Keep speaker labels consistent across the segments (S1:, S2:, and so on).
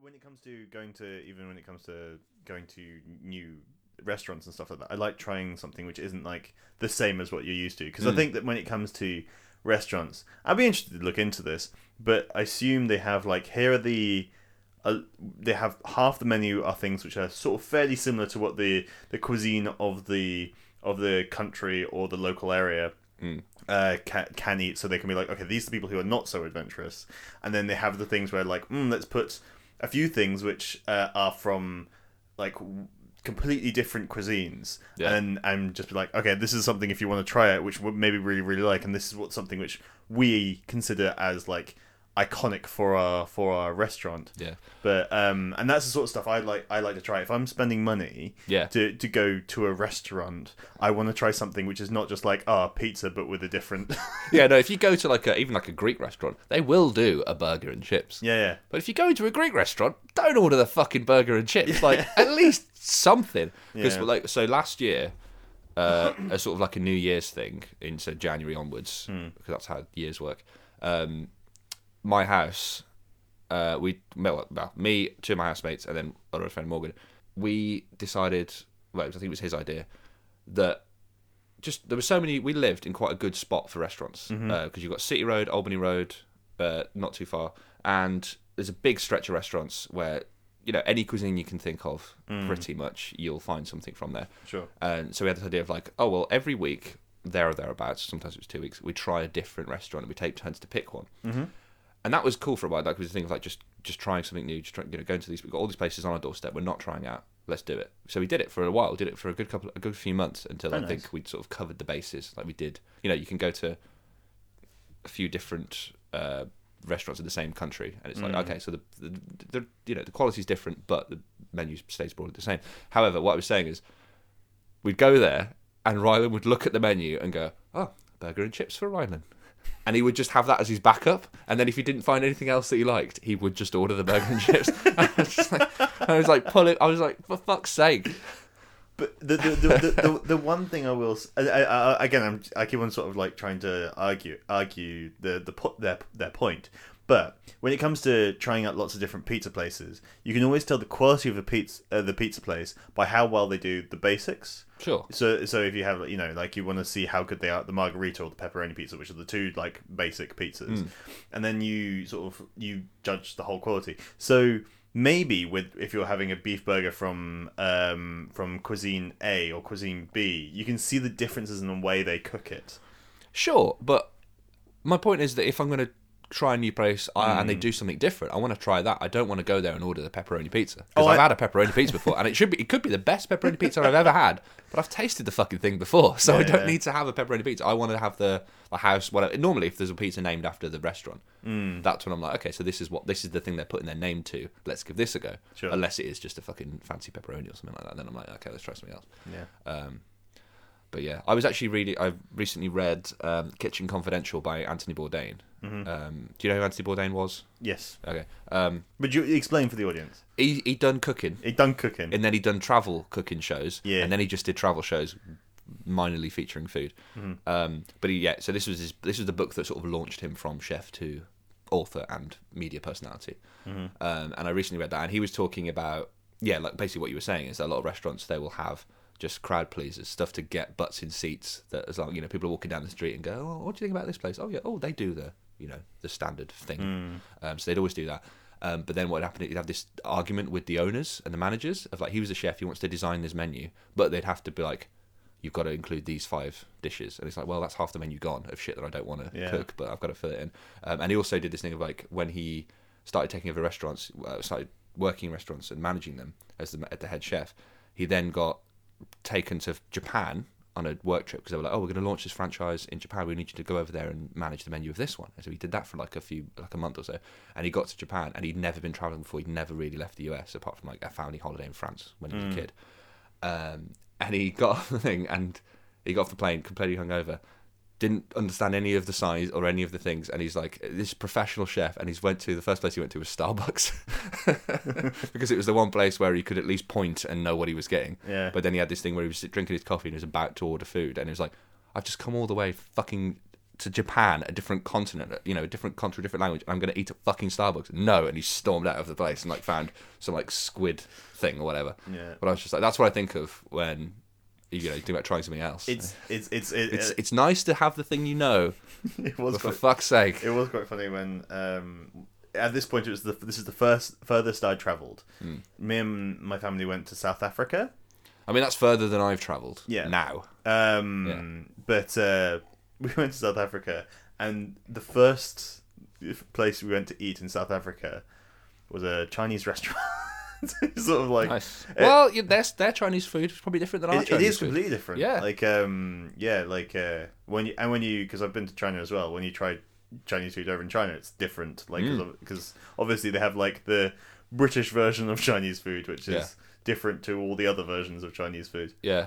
S1: when it comes to going to even when it comes to going to new restaurants and stuff like that i like trying something which isn't like the same as what you're used to because i think that when it comes to restaurants i'd be interested to look into this but i assume they have like here are the uh, they have half the menu are things which are sort of fairly similar to what the the cuisine of the of the country or the local area uh, can, can eat, so they can be like, okay, these are the people who are not so adventurous, and then they have the things where like, mm, let's put a few things which uh, are from like w- completely different cuisines,
S2: Yeah.
S1: and and just be like, okay, this is something if you want to try it, which we maybe really really like, and this is what something which we consider as like iconic for our for our restaurant
S2: Yeah.
S1: but um and that's the sort of stuff i like i like to try if i'm spending money
S2: Yeah.
S1: to, to go to a restaurant i want to try something which is not just like ah pizza but with a different
S2: Yeah, no, if you go to like a, even like a Greek restaurant, they will do a burger and chips.
S1: yeah yeah
S2: But if you go into a Greek restaurant, don't order the fucking burger and chips. Like at least something. Because
S1: Yeah.
S2: like so last year, uh, a sort of like a New Year's thing in so January onwards,
S1: Hmm.
S2: because that's how years work. Um, my house, uh, we well, well, me, two of my housemates, and then our other friend Morgan. We decided. Well, I think it was his idea that just there were so many. We lived in quite a good spot for restaurants because you've got City Road, Albany Road, uh, not too far, and there's a big stretch of restaurants where you know any cuisine you can think of, pretty much you'll find something from there.
S1: Sure.
S2: And so we had this idea of like, oh well, every week there or thereabouts, sometimes it was two weeks, we try a different restaurant and we take turns to pick one. Mm-hmm. And that was cool for a while. Like, it was a thing of like just just trying something new, just trying, you know, going to these. We've got all these places on our doorstep. We're not trying out. Let's do it. So we did it for a while. Did it for a good couple, a good few months until I
S1: nice.
S2: think we'd sort of covered the bases. Like we did, you know, you can go to a few different uh, restaurants in the same country, and it's like okay, so the, the, the you know the quality's different, but the menu stays broadly the same. However, what I was saying is, we'd go there, and Rylan would look at the menu and go, "Oh, burger and chips for Rylan." And he would just have that as his backup, and then if he didn't find anything else that he liked, he would just order the burger and chips. I was, just like, I was like, pull it. I was like, for fuck's sake.
S1: But the the, the, the, the the one thing I will s- I, I- I- again I'm I keep on sort of like trying to argue argue the the po- their their point. But when it comes to trying out lots of different pizza places, you can always tell the quality of the pizza uh, the pizza place by how well they do the basics.
S2: Sure.
S1: So so if you have you know like you want to see how good they are at the margarita or the pepperoni pizza, which are the two like basic pizzas,
S2: Hmm.
S1: and then you sort of you judge the whole quality. So maybe with if you're having a beef burger from um, from cuisine A or cuisine B, you can see the differences in the way they cook it.
S2: Sure, but my point is that if I'm going to try a new place I, and they
S1: Mm.
S2: do something different, I want to try that. I don't want to go there and order the pepperoni pizza because
S1: Oh,
S2: I've
S1: I-
S2: had a pepperoni pizza before, and it should be it could be the best pepperoni pizza I've ever had, but I've tasted the fucking thing before, so I
S1: Yeah,
S2: don't
S1: yeah.
S2: need to have a pepperoni pizza. I want to have the the house. Whatever. Normally, if there's a pizza named after the restaurant,
S1: Mm.
S2: that's when I'm like, okay, so this is what this is the thing they're putting their name to. Let's give this a go.
S1: Sure.
S2: Unless it is just a fucking fancy pepperoni or something like that, then I'm like, okay, let's try something else.
S1: Yeah.
S2: But yeah, I was actually reading. I recently read um, Kitchen Confidential by Anthony Bourdain. Um, do you know who Anthony Bourdain was?
S1: Yes.
S2: Okay, um,
S1: Would you explain for the audience?
S2: he he done cooking,
S1: It done cooking.
S2: and then he done travel cooking shows,
S1: Yeah.
S2: and then he just did travel shows, minorly featuring food.
S1: Mm-hmm.
S2: Um, but he, yeah, so this was his, this was the book that sort of launched him from chef to author and media personality.
S1: Mm-hmm.
S2: Um, and I recently read that, and he was talking about yeah, like basically what you were saying is that a lot of restaurants they will have just crowd pleasers, stuff to get butts in seats. That as long you know people are walking down the street and go, oh, what do you think about this place? Oh yeah, oh they do the you know the standard thing.
S1: Mm.
S2: Um, so they'd always do that. Um, but then what would happen? You'd have this argument with the owners and the managers of like he was a chef, he wants to design this menu, but they'd have to be like, you've got to include these five dishes. And it's like, well, that's half the menu gone of shit that I don't want to
S1: Yeah.
S2: cook, but I've got to fill it in. Um, and he also did this thing of like when he started taking over restaurants, uh, started working in restaurants and managing them as the, as the head chef, he then got taken to Japan on a work trip because they were like, oh, we're going to launch this franchise in Japan. We need you to go over there and manage the menu of this one. And so he did that for like a few, like a month or so. And he got to Japan and he'd never been traveling before. He'd never really left the US apart from like a family holiday in France when he was a kid um, and he got off the thing and he got off the plane completely hungover didn't understand any of the signs or any of the things and he's like this is a professional chef and he's went to the first place he went to was starbucks because it was the one place where he could at least point and know what he was getting
S1: Yeah.
S2: but then he had this thing where he was drinking his coffee and he was about to order food and he was like i've just come all the way fucking to Japan, a different continent, uh, you know, a different country, a different language. I'm going to eat at fucking Starbucks. No, and he stormed out of the place and like found some like squid thing or whatever.
S1: Yeah.
S2: But I was just like, that's what I think of when you know you think about trying something else.
S1: It's it's it's it,
S2: it's
S1: it,
S2: it's nice to have the thing you know,
S1: was
S2: but for
S1: quite,
S2: fuck's sake,
S1: it was quite funny when um at this point it was the this is the first furthest I travelled. Me and my family went to South Africa.
S2: I mean that's further than I've travelled.
S1: Yeah.
S2: Now.
S1: Um, But uh, we went to South Africa, and the first place we went to eat in South Africa was a Chinese restaurant. sort of like
S2: Nice.
S1: it-
S2: Well, yeah, their their Chinese food is probably different than our
S1: Uh, it- it
S2: Chinese
S1: is
S2: food.
S1: completely different.
S2: Yeah.
S1: Like um, yeah, like uh, when you and when you because I've been to China as well. When you try Chinese food over in China, it's different. Like
S2: Mm.
S1: because obviously they have like the British version of Chinese food, which is
S2: Yeah.
S1: different to all the other versions of Chinese food.
S2: Yeah.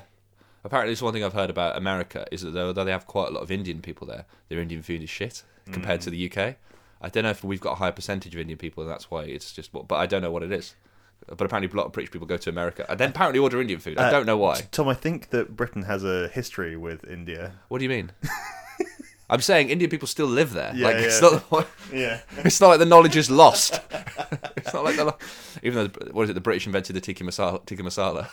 S2: Apparently, it's one thing I've heard about America is that though though they have quite a lot of Indian people there, their Indian food is shit compared
S1: Mm.
S2: to the UK. I don't know if we've got a higher percentage of Indian people, and that's why it's just. what- But I don't know what it is. But apparently, a lot of British people go to America and then apparently order Indian food. I
S1: Uh,
S2: don't know why.
S1: Tom, I think that Britain has a history with India.
S2: What do you mean? I'm saying Indian people still live there.
S1: Yeah,
S2: like it's
S1: yeah.
S2: not.
S1: Yeah.
S2: It's not like the knowledge is lost. it's not like the. lo- Even though what is it? The British invented the tikka masala. Tikka masala.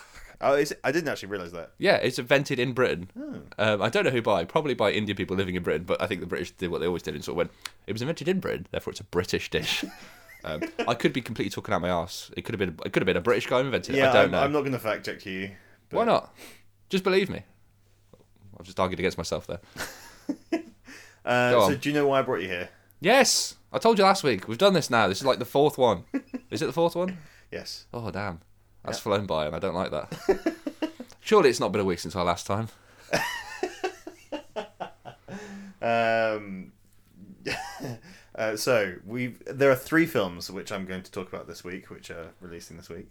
S1: Oh, is it? I didn't actually realize that.
S2: Yeah, it's invented in Britain.
S1: Hmm.
S2: Um, I don't know who by, probably by Indian people living in Britain, but I think the British did what they always did and sort of went, it was invented in Britain, therefore it's a British dish. um, I could be completely talking out my ass. It could have been, it could have been a British guy who invented it.
S1: Yeah,
S2: I don't
S1: am
S2: know.
S1: I'm not going to fact check you. but-
S2: Why not? Just believe me. I've just argued against myself there. Go
S1: Uh, so
S2: on.
S1: do you know why I brought you here?
S2: Yes, I told you last week. We've done this now. This is like the fourth one. is it the fourth one?
S1: Yes.
S2: Oh damn, that's flown by, and I don't like that. Surely it's not been a week since our last time.
S1: Um, uh, so we there are three films which I'm going to talk about this week, which are releasing this week.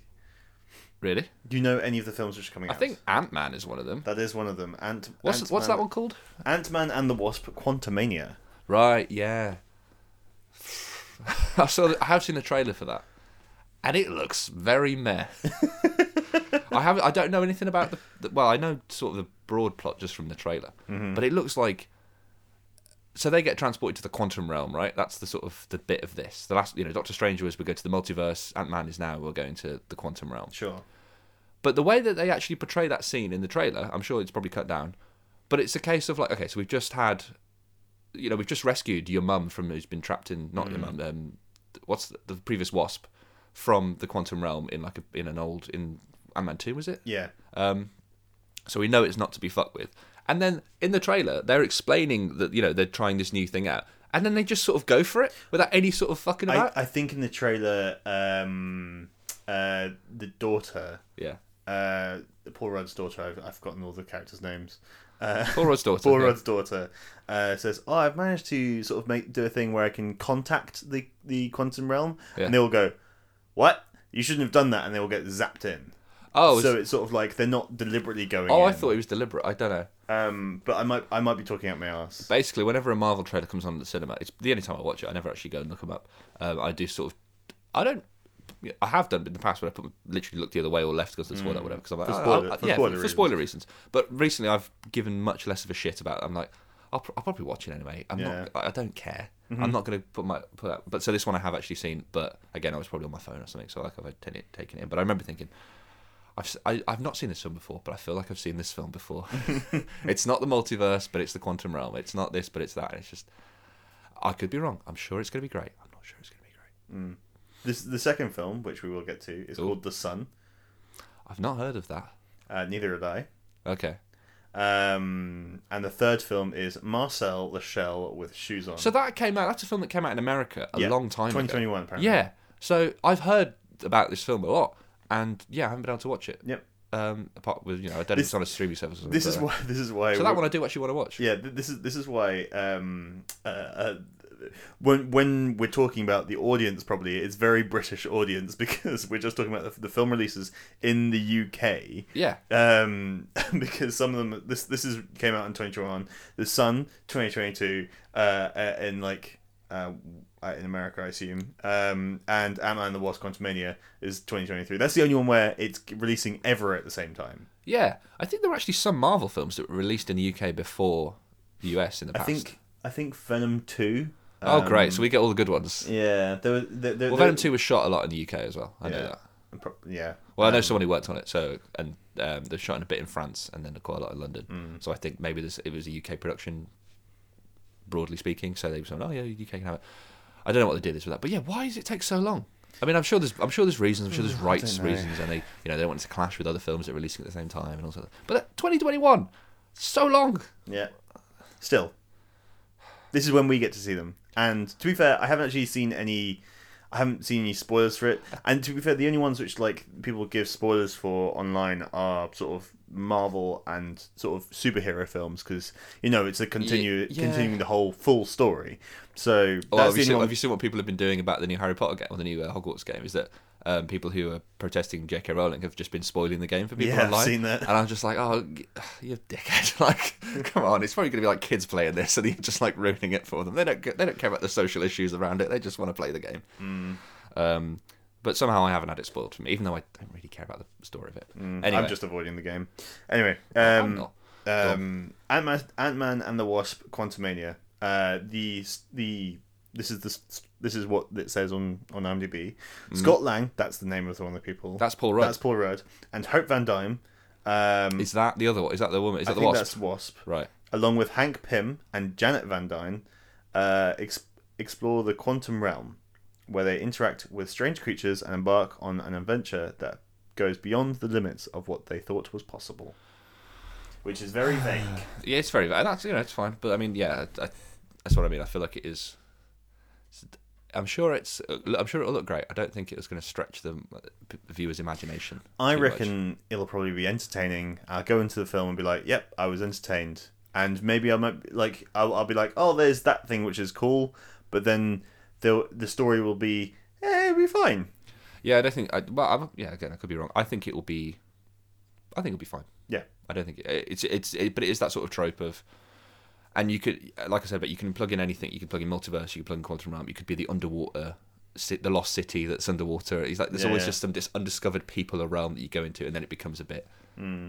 S2: Really?
S1: Do you know any of the films which are coming
S2: I
S1: out?
S2: think Ant Man is one of them.
S1: that is one of them. Ant.
S2: What's
S1: Ant-Man,
S2: what's that one called?
S1: Ant Man and the Wasp: Quantumania.
S2: Right, yeah. I saw. The, I have seen the trailer for that, and it looks very meh. I have. I don't know anything about the, the. Well, I know sort of the broad plot just from the trailer, but it looks like. So they get transported to the quantum realm, right? That's the sort of the bit of this. The last, you know, Doctor Strange was we go to the multiverse. Ant Man is now we're going to the quantum realm.
S1: Sure.
S2: But the way that they actually portray that scene in the trailer, I'm sure it's probably cut down. But it's a case of like, okay, so we've just had, you know, we've just rescued your mum from who's been trapped in not your
S1: Mm.
S2: mum, um, what's the, the previous wasp from the quantum realm in like a, in an old in Ant Man two was it?
S1: Yeah.
S2: so we know it's not to be fucked with. And then in the trailer, they're explaining that you know they're trying this new thing out, and then they just sort of go for it without any sort of fucking
S1: I,
S2: about.
S1: I think in the trailer, um, uh, the daughter,
S2: yeah,
S1: uh, Paul Rudd's daughter. I've, I've forgotten all the characters' names. Uh,
S2: Paul Rudd's daughter.
S1: Paul
S2: yeah.
S1: Rudd's daughter uh, says, "Oh, I've managed to sort of make do a thing where I can contact the the quantum realm,"
S2: Yeah.
S1: and they all go, "What? You shouldn't have done that," and they all get zapped in.
S2: Oh, it's-
S1: so it's sort of like they're not deliberately going.
S2: oh, I
S1: in.
S2: thought it was deliberate. I don't know.
S1: Um, but I might I might be talking out my ass.
S2: basically whenever a Marvel trailer comes on at the cinema, it's the only time I watch it. I never actually go and look them up. Um, I do sort of, I don't. I have done in the past when I put, literally look the other way or left because I saw that whatever because I'm like
S1: Mm. For
S2: oh,
S1: spoiler-
S2: I'll-
S1: for
S2: yeah
S1: spoiler
S2: for,
S1: reasons.
S2: spoiler reasons. But recently I've given much less of a shit about. It. I'm like I'll, pr- I'll probably watch it anyway. I'm
S1: Yeah. Mm-hmm.
S2: not. I I don't care. I'm not going to put my put that. But so this one I have actually seen. But again, I was probably on my phone or something, so like I've had taken it taken it in. But I remember thinking. I've, s- I, have i have not seen this film before, but I feel like I've seen this film before. it's not the multiverse, but it's the quantum realm. It's not this, but it's that. And it's just, I could be wrong. I'm sure it's going to be great. I'm not sure it's going to be great.
S1: This the second film, which we will get to, is called The Sun.
S2: I've not heard of that.
S1: Uh, neither had I.
S2: Okay.
S1: Um, and the third film is Marcel the Shell with Shoes On.
S2: So that came out, that's a film that came out in America a
S1: Yeah,
S2: long time ago.
S1: 2021 apparently.
S2: Yeah. So I've heard about this film a lot. And yeah, I haven't been able to watch it.
S1: Yep.
S2: Um, apart with, you know, I don't know if it's on a streaming service or something.
S1: This is
S2: but- uh,
S1: why. This is why.
S2: So
S1: we're-
S2: that one I do actually want to watch.
S1: Yeah, th- this is this is why um, uh, uh, when when we're talking about the audience, probably it's very British audience because we're just talking about the, the film releases in the UK.
S2: Yeah.
S1: Um, because some of them this this is came out in twenty twenty one, The Sun twenty twenty two, uh, uh, in like uh, uh, in America I assume, um, and Ant Man and the Wasp: Quantumania is twenty twenty three. That's the only one where it's releasing ever at the same time.
S2: Yeah, I think there were actually some Marvel films that were released in the UK before the US in the
S1: I
S2: past.
S1: think I think Venom Two. uh,
S2: oh, great! So we get all the good ones.
S1: Yeah, there was there, there,
S2: well,
S1: there-
S2: Venom Two was shot a lot in the UK as well. I know
S1: Yeah.
S2: that.
S1: pro- yeah.
S2: Well, I know
S1: Um,
S2: someone who worked on it, so and um, they shot in a bit in France and then quite a lot in London.
S1: Hmm.
S2: So I think maybe this it was a UK production, broadly speaking. So they were saying, "Oh yeah, UK can have it." I don't know what they did this with that, but yeah, why does it take so long? I mean, I'm sure there's I'm sure there's reasons. I'm sure there's rights
S1: Hmm, know.
S2: reasons, and they you know they don't want it to clash with other films that are releasing at the same time and all sort of. But that- 2021, so long.
S1: Yeah. Still, this is when we get to see them. And to be fair, I haven't actually seen any. I haven't seen any spoilers for it. And to be fair, the only ones which like people give spoilers for online are sort of Marvel and sort of superhero films because you know it's a continue
S2: yeah.
S1: continuing the whole full story. So that's
S2: Well, have,
S1: the
S2: you
S1: only
S2: seen,
S1: one.
S2: have you seen what people have been doing about the new Harry Potter game or the new uh, Hogwarts game? Is that um, people who are protesting J.K. Rowling have just been spoiling the game for people
S1: Yeah, I've
S2: online?
S1: seen that.
S2: And I'm just like, oh, g- you dickhead! like, come on, it's probably going to be like kids playing this, and you're just like ruining it for them. They don't, g- they don't care about the social issues around it. They just want to play the game.
S1: Mm.
S2: Um, but somehow I haven't had it spoiled for me, even though I don't really care about the story of it. anyway,
S1: Mm. I'm just avoiding the game. Anyway,
S2: I'm
S1: um,
S2: not.
S1: Um, Ant Man, Ant Man and the Wasp, Quantumania. Uh, the the this is the s- this is what it says on on IMDb. Scott Lang, that's the name of one of the people.
S2: Mm. That's Paul Rudd.
S1: That's Paul Rudd and Hope Van Dyne. Um,
S2: is that the other one? Is that the woman? Is
S1: I
S2: that the
S1: think
S2: wasp?
S1: that's Wasp,
S2: Right.
S1: along with Hank Pym and Janet Van Dyne. Uh, ex- explore the quantum realm, where they interact with strange creatures and embark on an adventure that goes beyond the limits of what they thought was possible. Which is very vague.
S2: Yeah, it's very bad. That's you know, it's fine. But I mean, yeah, I, I, that's what I mean. I feel like it is. it's- I'm sure it's. I'm sure it'll look great. I don't think it was going to stretch the p- viewer's imagination.
S1: I
S2: too much.
S1: reckon it'll probably be entertaining. I'll go into the film and be like, "Yep, I was entertained," and maybe I might like I'll, I'll be like, "Oh, there's that thing which is cool," but then the the story will be, "Eh, it'll be fine."
S2: Yeah, I don't think. I, well, I'm, yeah, again, I could be wrong. I think it will be. I think it'll be fine.
S1: Yeah,
S2: I don't think it, it's it's it, but it is that sort of trope of, and you could like I said, but you can plug in anything. You could plug in multiverse. You could plug in quantum realm. You could be the underwater, ci- the lost city that's underwater. It's like there's
S1: Yeah,
S2: always
S1: yeah.
S2: just some dis- undiscovered people or realm that you go into, and then it becomes a bit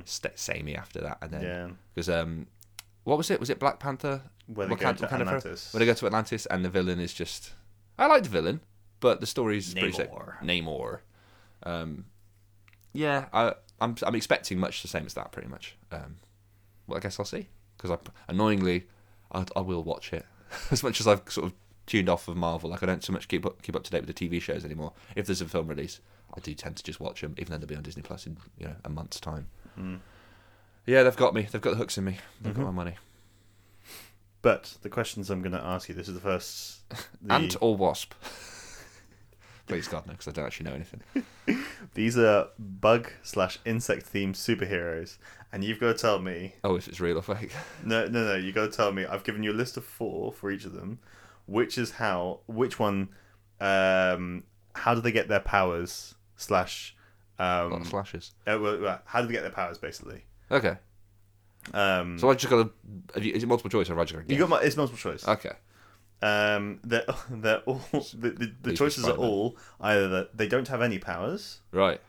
S2: sta- samey after that. And
S1: Hmm. Yeah.
S2: then because um, what was it? Was it Black Panther?
S1: Where they go
S2: Wakanda-
S1: to
S2: Wakanda Forever?
S1: Atlantis.
S2: When they go to Atlantis, and the villain is just I like the villain, but the story's pretty sick.
S1: Namor.
S2: Namor. Um, yeah, I, I'm I'm expecting much the same as that, pretty much. Um, well, I guess I'll see because I annoyingly I, I will watch it as much as I've sort of tuned off of Marvel. Like I don't so much keep up, keep up to date with the TV shows anymore. If there's a film release, I do tend to just watch them, even though they'll be on Disney Plus in you know a month's time.
S1: Hmm.
S2: Yeah, they've got me. They've got the hooks in me. They've
S1: Mm-hmm.
S2: got my money.
S1: but the questions I'm going to ask you. This is the first. The,
S2: Ant or wasp? Please God no, because I don't actually know anything.
S1: these are bug slash insect themed superheroes, and you've got to tell me.
S2: Oh, if it's real or fake.
S1: No, no, no. You got to tell me. I've given you a list of four for each of them. Which is how? Which one? Um, how do they get their powers? Slash,
S2: A lot of
S1: um,
S2: slashes.
S1: uh, well, well, how do they get their powers? Basically,
S2: Okay.
S1: um,
S2: So I just got to. Have you, is it multiple choice or have I just got to
S1: you got my. It's multiple choice.
S2: Okay.
S1: Um, they're they're all the the, the
S2: be
S1: choices are
S2: Spider-Man.
S1: all either that they don't have any powers,
S2: Right.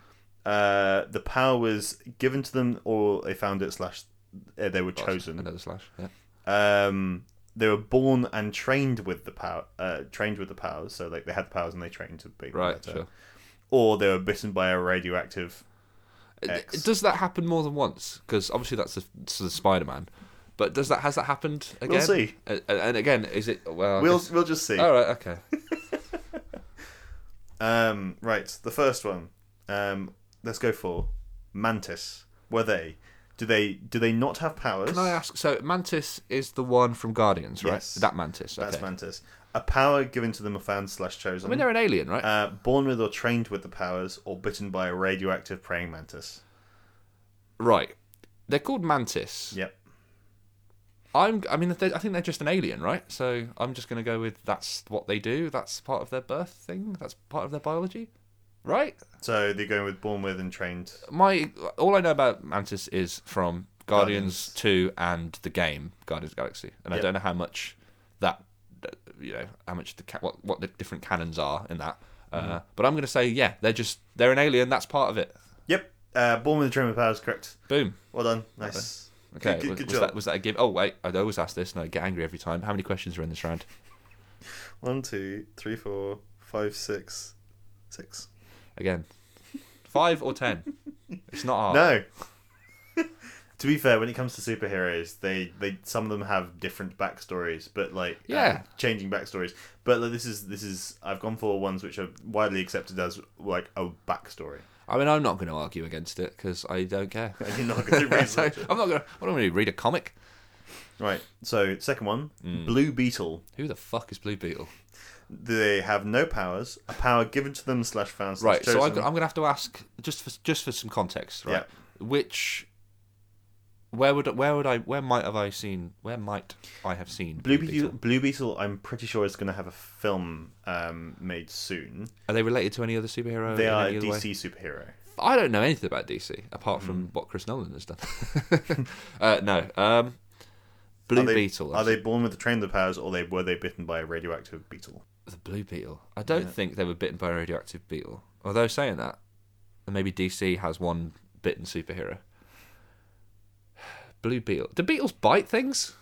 S1: uh, the power was given to them, or they found it. Slash, uh, they were chosen.
S2: Another slash. Yeah.
S1: um, they were born and trained with the power, uh, trained with the powers. So like they had the powers and they trained to be
S2: Right.
S1: better.
S2: Sure.
S1: Or they were bitten by a radioactive. X.
S2: Uh, Does that happen more than once? Because obviously that's the, so the Spider Man. But does that has that happened again?
S1: We'll see.
S2: A- And, again, is it well? I
S1: We'll
S2: guess-
S1: we'll just see.
S2: All right. Okay.
S1: Um, right, the first one. Um, let's go for Mantis. Were they? Do they? Do they not have powers?
S2: Can I ask? So Mantis is the one from Guardians, right?
S1: Yes.
S2: That Mantis. Okay.
S1: That's Mantis. A power given to them, or found slash chosen.
S2: I mean, they're an alien, right?
S1: uh, born with or trained with the powers, or bitten by a radioactive praying mantis.
S2: right. They're called Mantis.
S1: Yep.
S2: I'm. I mean, if they- I think they're just an alien, right? So I'm just going to go with that's what they do. That's part of their birth thing. That's part of their biology, right?
S1: So they're going with born with and trained.
S2: my all I know about Mantis is from Guardians, Two and the game Guardians of the Galaxy, and I
S1: Yep.
S2: don't know how much that that, you know how much the ca- what what the different canons are in that. Uh,
S1: Mm-hmm.
S2: but I'm going to say yeah, they're just they're an alien. That's part of it.
S1: Yep. Uh, born with and trained with powers, correct.
S2: Boom.
S1: Well done. Nice.
S2: Okay,
S1: Good-
S2: was,
S1: good
S2: was
S1: job.
S2: that was that a give? Oh wait, I always ask this, and I get angry every time. How many questions are in this round?
S1: One, two, three, four, five, six, six.
S2: Again, five or ten? It's not hard.
S1: No. to be fair, when it comes to superheroes, they, they some of them have different backstories, but like uh,
S2: Yeah.
S1: changing backstories. But like, this is this is I've gone for ones which are widely accepted as like a backstory.
S2: I mean, I'm not going to argue against it because I don't care.
S1: And you're not going to
S2: So,
S1: research it.
S2: I'm not going. to What am I going to read a comic?
S1: Right. So second one,
S2: Hmm.
S1: Blue Beetle.
S2: Who the fuck is Blue Beetle?
S1: They have no powers. A power given to them slash found slash
S2: Right. So I'm,
S1: chosen.
S2: go- I'm going to have to ask just for just for some context, right? Which where would where would I where might have I seen where might I have seen
S1: Blue Beetle. Blue Beetle. I'm pretty sure is going to have a film um, made soon.
S2: Are they related to any other superhero?
S1: They
S2: in
S1: are a
S2: any other way?
S1: DC superhero.
S2: I don't know anything about DC apart
S1: Hmm.
S2: from what Chris Nolan has done. uh, no, um, Blue
S1: are they,
S2: Beetle.
S1: Are they born with the train of powers, or they were they bitten by a radioactive beetle?
S2: the Blue Beetle? I don't think they were bitten by a radioactive beetle. Although saying that, then maybe DC has one bitten superhero. Blue Beetle. Do beetles bite things?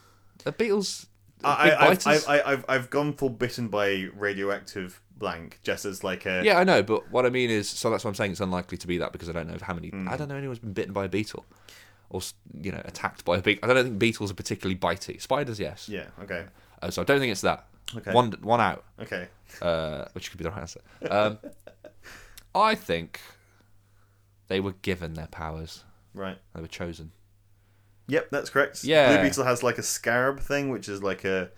S2: Are beetles
S1: I,
S2: big
S1: I, I've,
S2: biters?
S1: I've, I- I've, I've gone for bitten by radioactive blank, just as like a
S2: yeah, I know, but what I mean is, so that's what I'm saying. It's unlikely to be that because I don't know how many.
S1: Hmm.
S2: I don't know anyone's been bitten by a beetle, or s- you know, attacked by a beetle. I don't think beetles are particularly bitey. Spiders, yes.
S1: yeah. Okay,
S2: Uh, so I don't think it's that.
S1: Okay.
S2: One one out,
S1: okay.
S2: uh, which could be the right answer. Um, I think they were given their powers.
S1: Right.
S2: They were chosen.
S1: Yep, that's correct.
S2: Yeah.
S1: Blue Beetle has like a scarab thing, which is like a,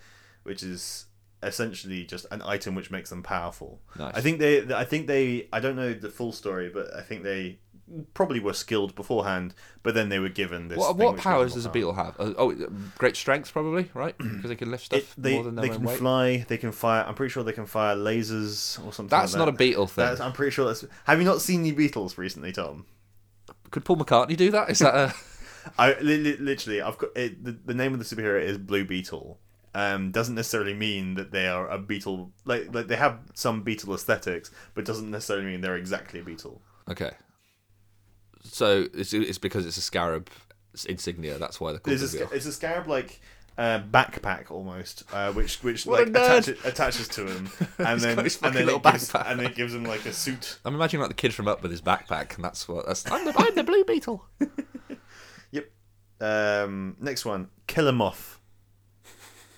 S1: which is essentially just an item which makes them powerful.
S2: Nice.
S1: I think they, I think they, I don't know the full story, but I think they probably were skilled beforehand, but then they were given this.
S2: What,
S1: thing
S2: what
S1: which
S2: powers
S1: makes
S2: does a
S1: them
S2: beetle have? Uh, oh, great strength probably, right? Because they can lift stuff
S1: powerful. It, they
S2: more than their
S1: they
S2: own
S1: can
S2: weight.
S1: fly. They can fire. I'm pretty sure they can fire lasers or something.
S2: That's
S1: like
S2: not a
S1: that.
S2: beetle thing.
S1: That's, I'm pretty sure that's. Have you not seen new Beatles recently, Tom?
S2: Could Paul McCartney do that? Is that a...
S1: I li- li- literally, I've got it, the, the name of the superhero is Blue Beetle. Um, doesn't necessarily mean that they are a beetle. Like, like they have some beetle aesthetics, but doesn't necessarily mean they're exactly a beetle.
S2: okay? So it's, it's because it's a scarab insignia. That's why they're called
S1: It's a, sca-
S2: the beetle.
S1: it's a scarab like uh, backpack almost, uh, which which
S2: What a
S1: like
S2: nerd.
S1: attaches, attaches to him, and
S2: He's
S1: then
S2: got his
S1: and
S2: fucking
S1: then
S2: little
S1: it gives,
S2: backpack.
S1: and it gives him like a suit.
S2: I'm imagining like the kid from Up with his backpack, and that's what that's. I'm the, I'm the blue beetle.
S1: Yep. Um, next one, Killer Moth.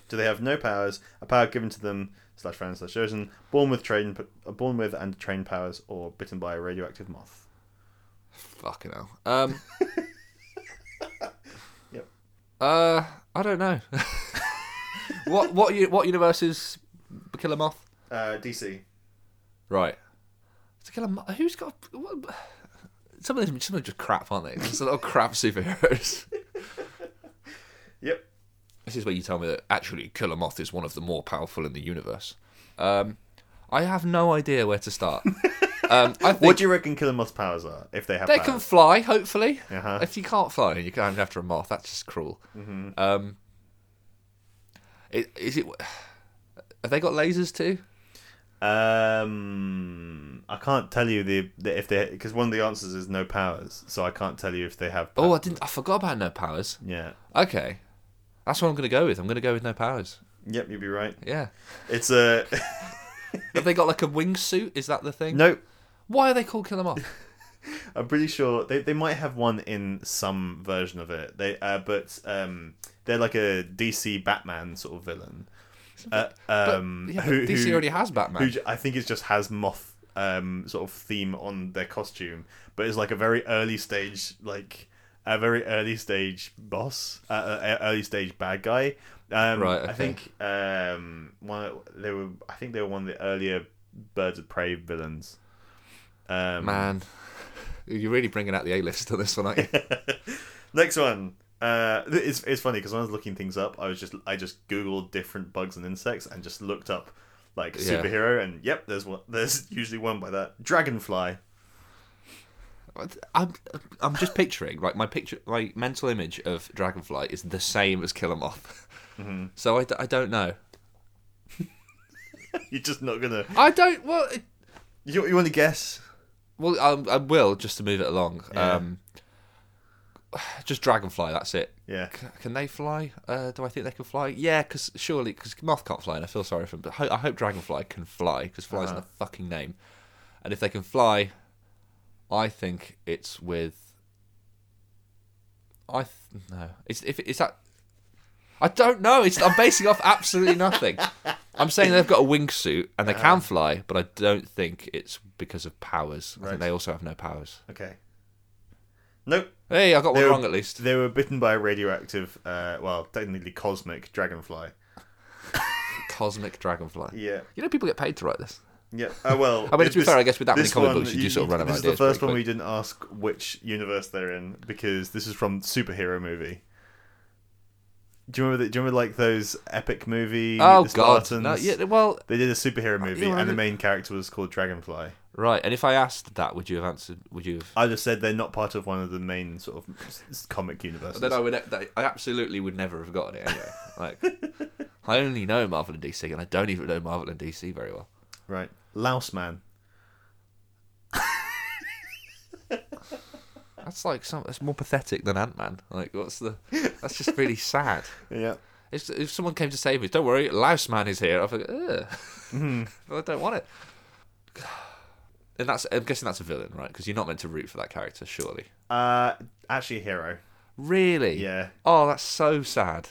S1: Do they have no powers? A power given to them slash friend slash chosen, born with train, uh, born with and trained powers, or bitten by a radioactive moth.
S2: Fucking hell. Um,
S1: Yep.
S2: uh, I don't know. what what u- what universe is Killer Moth?
S1: Uh, DC.
S2: Right. It's a Killer Moth. Who's got what, some of them? Some of them just crap, aren't they? Just a little crap superheroes.
S1: Yep.
S2: this is where you tell me that actually Killer Moth is one of the more powerful in the universe. Um, I have no idea where to start. um, I think
S1: What do you reckon Killer Moth's powers are if they have
S2: They
S1: powers?
S2: can fly, hopefully.
S1: Uh-huh. Mm-hmm.
S2: If you can't fly and you can't go after a moth, that's just cruel. Um, i- is it? Have they got lasers too?
S1: Um, I can't tell you the, the if they because one of the answers is no powers, so I can't tell you if they have.
S2: Oh, I didn't. I forgot about no powers.
S1: Yeah.
S2: Okay, that's what I'm going to go with. I'm going to go with no powers.
S1: Yep, you'd be right.
S2: Yeah.
S1: It's a
S2: Have they got like a wingsuit? Is that the thing?
S1: nope.
S2: Why are they called Killer Moth?
S1: I'm pretty sure they, they might have one in some version of it. They uh, but um, they're like a DC Batman sort of villain. Uh, um,
S2: Yeah, but
S1: who,
S2: DC
S1: who,
S2: already has
S1: who
S2: Batman.
S1: j- I think it just has moth um, sort of theme on their costume, but it's like a very early stage like a very early stage boss, uh, uh, early stage bad guy. Um,
S2: Right,
S1: I
S2: okay.
S1: think um, one they were. I think they were one of the earlier Birds of Prey villains. Um,
S2: Man, you're really bringing out the A list on this one, aren't you?
S1: Next one. Uh, th- it's it's funny because when I was looking things up, I was just I just googled different bugs and insects and just looked up like
S2: Yeah.
S1: superhero and yep, there's one. There's usually one by that dragonfly.
S2: I'm, I'm just picturing like my picture, my mental image of Dragonfly is the same as Killer Moth. So I, d- I don't know.
S1: You're just not gonna.
S2: I don't. Well, it,
S1: You you want to guess?
S2: well, I, I will just to move it along.
S1: Yeah.
S2: Um, just dragonfly. That's it.
S1: Yeah.
S2: C- Can they fly? Uh, do I think they can fly? Yeah, because surely, because moth can't fly, and I feel sorry for him. But ho- I hope dragonfly can fly, because fly's
S1: Uh-huh.
S2: in the fucking name. And if they can fly, I think it's with. I th- no, it's if it's that. I don't know. It's I'm basing off absolutely nothing. I'm saying they've got a wingsuit and they
S1: Uh-huh.
S2: can fly, but I don't think it's because of powers. I
S1: Right.
S2: think they also have no powers.
S1: Okay. Nope.
S2: Hey, I got one
S1: They were-
S2: wrong at least.
S1: They were bitten by a radioactive, uh, well, technically cosmic dragonfly.
S2: Cosmic dragonfly.
S1: Yeah.
S2: You know, people get paid to write this.
S1: Yeah. Uh, well,
S2: I mean, to be
S1: this-
S2: fair, I guess with that many
S1: this
S2: comic
S1: one,
S2: books, you do sort of run out of
S1: This is the
S2: ideas
S1: first
S2: pretty
S1: one we didn't ask which universe they're in because this is from superhero movie. Do you remember? The, do you remember like those epic movie?
S2: Oh
S1: the
S2: God!
S1: Spartans?
S2: No, yeah, well,
S1: They did a superhero movie,
S2: know, I
S1: and the
S2: did-
S1: main character was called Dragonfly.
S2: right. And if I asked that, would you have answered? Would you have?
S1: I just said they're not part of one of the main sort of s- s- comic universes.
S2: Then I would. I absolutely would never have gotten it anyway. Like, I only know Marvel and DC, and I don't even know Marvel and DC very well.
S1: Right, Louse Man.
S2: That's like some. That's more pathetic than Ant Man. Like, what's the? That's just really sad.
S1: Yeah.
S2: If, if someone came to save me, don't worry, Louse Man is here. I think, ugh, I don't want it. And that's. I'm guessing that's a villain, right? Because you're not meant to root for that character, surely.
S1: Uh, actually, Hero.
S2: Really?
S1: Yeah.
S2: Oh, that's so sad.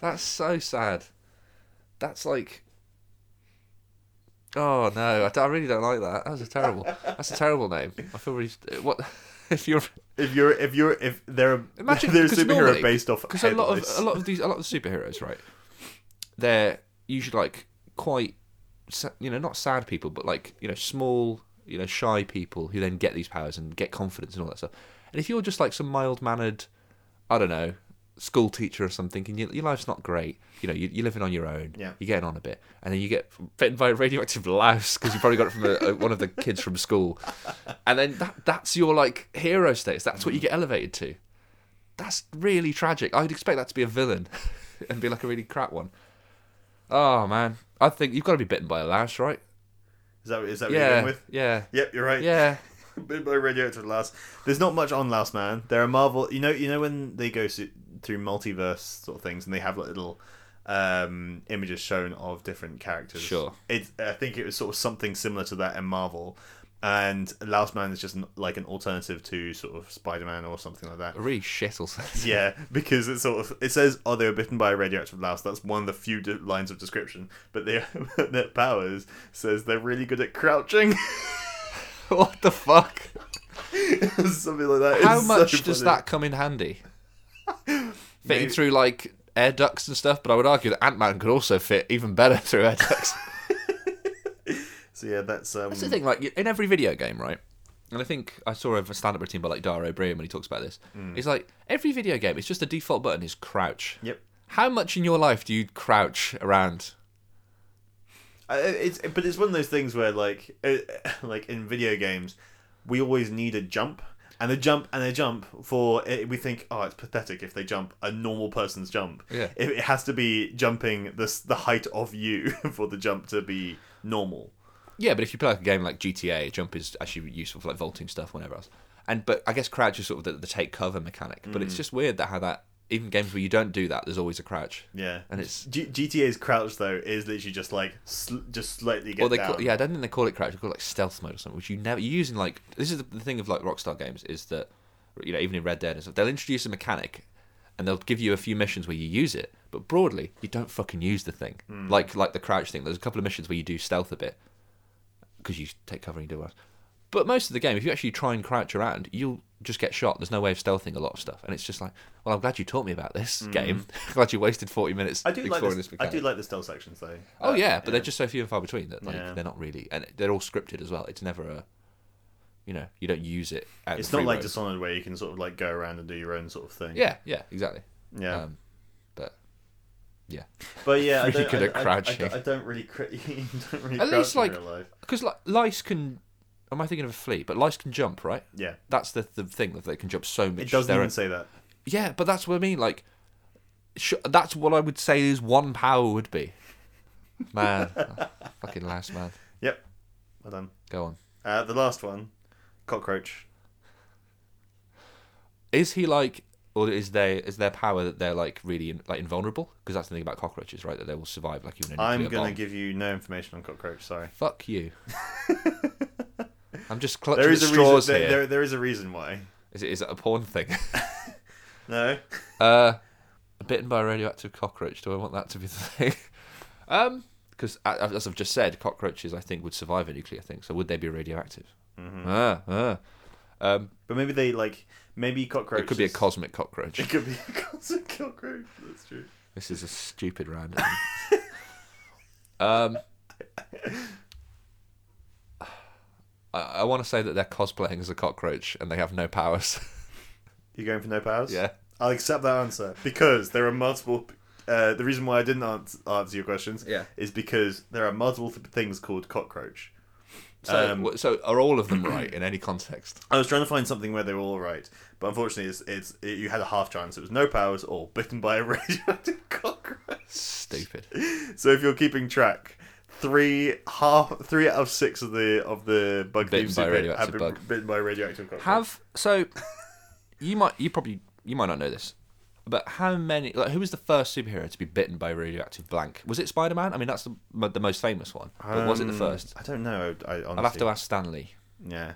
S2: that's so sad. That's like. Oh no, I, don't- I really don't like that. That was a terrible. That's a terrible name. I feel really. What if you're?
S1: If you're, if you're, if they're a,
S2: Imagine
S1: they're a
S2: 'cause
S1: superhero
S2: normally-
S1: based off
S2: Because a lot of
S1: headless.
S2: a lot of these a lot of the superheroes, right? They're usually like quite, sa- you know, not sad people, but like you know, small, you know, shy people who then get these powers and get confidence and all that stuff. And if you're just like some mild mannered, I don't know, school teacher or something, and your, your life's not great, you know, you, you're living on your own,
S1: Yeah.
S2: you're getting on a bit, and then you get bitten by a radioactive louse because you probably got it from a, a, one of the kids from school, and then that that's your like hero status. That's what you get elevated to that's really tragic. I'd expect that to be a villain and be like a really crap one. Oh man, I think you've got to be bitten by a louse, right?
S1: Is that is that what you're
S2: Yeah,
S1: going with?
S2: yeah,
S1: Yep, you're right.
S2: yeah.
S1: Bit by radioactive last. There's not much on Last Man. There are Marvel. You know, you know when they go s- through multiverse sort of things, and they have like little um, images shown of different characters.
S2: Sure.
S1: It, I think it was sort of something similar to that in Marvel, and Last Man is just an, like an alternative to sort of Spider Man or something like that.
S2: A really shit or something.
S1: Yeah, because it sort of it says, "Oh, they were bitten by a radioactive louse." That's one of the few de- lines of description. But their their powers says they're really good at crouching,
S2: what the fuck?
S1: something like that.
S2: How
S1: It's so
S2: much does
S1: funny.
S2: that come in handy? Fitting
S1: Maybe-
S2: through like air ducts and stuff, but I would argue that Ant Man could also fit even better through air ducts.
S1: So yeah, that's um.
S2: That's the thing, like in every video game, right? And I think I saw a stand-up routine by like Dara O'Brien when he talks about this. He's like, every video game, it's just the default button is crouch.
S1: Mm. Yep.
S2: How much in your life do you crouch around?
S1: I- It's but it's one of those things where like uh, like in video games, we always need a jump and a jump and a jump for it, we think oh it's pathetic if they jump a normal person's jump.
S2: Yeah.
S1: It, it has to be jumping this the height of you for the jump to be normal.
S2: Yeah, but if you play like a game like GTA, jump is actually useful for like vaulting stuff, whatever else. And but I guess crouch is sort of the, the take cover mechanic. But it's just weird that how that even games where you don't do that, there's always a crouch.
S1: Yeah.
S2: And it's
S1: G- GTA's crouch though is literally just like sl- just slightly get
S2: or they
S1: down.
S2: call, yeah, I don't think they call it crouch. They call it like stealth mode or something. Which you never you're using like this is the, the thing of like Rockstar games is that you know even in Red Dead and stuff they'll introduce a mechanic and they'll give you a few missions where you use it, but broadly you don't fucking use the thing.
S1: Hmm.
S2: Like like the crouch thing. There's a couple of missions where you do stealth a bit because you take cover and you do what. But most of the game, if you actually try and crouch around, you'll just get shot. There's no way of stealthing a lot of stuff, and it's just like, well, I'm glad you taught me about this game. glad you wasted 40 minutes
S1: Hmm. I do like
S2: exploring
S1: this.
S2: this.
S1: I
S2: mechanic.
S1: do like the stealth sections though.
S2: Oh
S1: Uh,
S2: yeah, but they're just so few and far between that like
S1: Yeah.
S2: they're not really, and they're all scripted as well. It's never a, you know, you don't use it. Out in
S1: It's
S2: the
S1: not
S2: free
S1: like
S2: roam.
S1: Dishonored where you can sort of like go around and do your own sort of thing.
S2: yeah, yeah, exactly.
S1: Yeah.
S2: Um, but yeah,
S1: But yeah,
S2: Really
S1: I don't,
S2: good
S1: I,
S2: at
S1: I- I
S2: crouching.
S1: don't- I, don't really, cr- you don't really
S2: At
S1: crouch
S2: least,
S1: in
S2: like-
S1: real life.
S2: because like lice can, am I thinking of a flea? But lice can jump, right?
S1: Yeah,
S2: That's the the thing that they can jump so much.
S1: it doesn't
S2: They're
S1: even
S2: a-
S1: say that.
S2: Yeah, but that's what I mean. Like, sh- that's what I would say is one power would be. Man, fucking last man.
S1: Yep, well done.
S2: Go on.
S1: Uh, the last one, cockroach.
S2: Is he like, or is they is their power that they're like really in, like invulnerable? Because that's the thing about cockroaches, right? That they will survive like even a
S1: I'm
S2: nuclear
S1: gonna
S2: bomb.
S1: give you no information on cockroach. Sorry.
S2: Fuck you. I'm just clutching
S1: There
S2: at
S1: is a
S2: straws
S1: reason.
S2: here.
S1: There, there, there is a reason why.
S2: Is it is it a porn thing?
S1: No.
S2: uh, bitten by a radioactive cockroach. Do I want that to be the thing? Um, because as I've just said, cockroaches I think would survive a nuclear thing. So would they be radioactive?
S1: hmm
S2: Ah, ah. Um,
S1: But maybe they like maybe cockroach.
S2: it could be a cosmic cockroach.
S1: It could be a cosmic cockroach. That's true.
S2: This is a stupid random. um, I, I want to say that they're cosplaying as a cockroach and they have no powers.
S1: You going for no powers?
S2: yeah.
S1: I'll accept that answer because there are multiple. Uh, the reason why I didn't ans- answer your questions
S2: Yeah.
S1: is because there are multiple th- things called cockroach.
S2: So,
S1: Um,
S2: w so are all of them right in any context?
S1: I was trying to find something where they were all right, but unfortunately, it's, it's it, you had a half chance. It was no powers or bitten by a radioactive cockroach.
S2: Stupid.
S1: So if you're keeping track, three half three out of six of the of the bug
S2: Bitten
S1: thieves
S2: by
S1: who
S2: a
S1: bit-
S2: radioactive
S1: have been
S2: bug.
S1: bitten by a radioactive cockroach.
S2: Have so you might you probably you might not know this, but how many? Like, who was the first superhero to be bitten by a radioactive blank? Was it Spider Man? I mean, that's the mo- the most famous one. But was it the
S1: Um,
S2: first?
S1: I don't know. I, I honestly,
S2: I'll have to ask Stanley
S1: Yeah,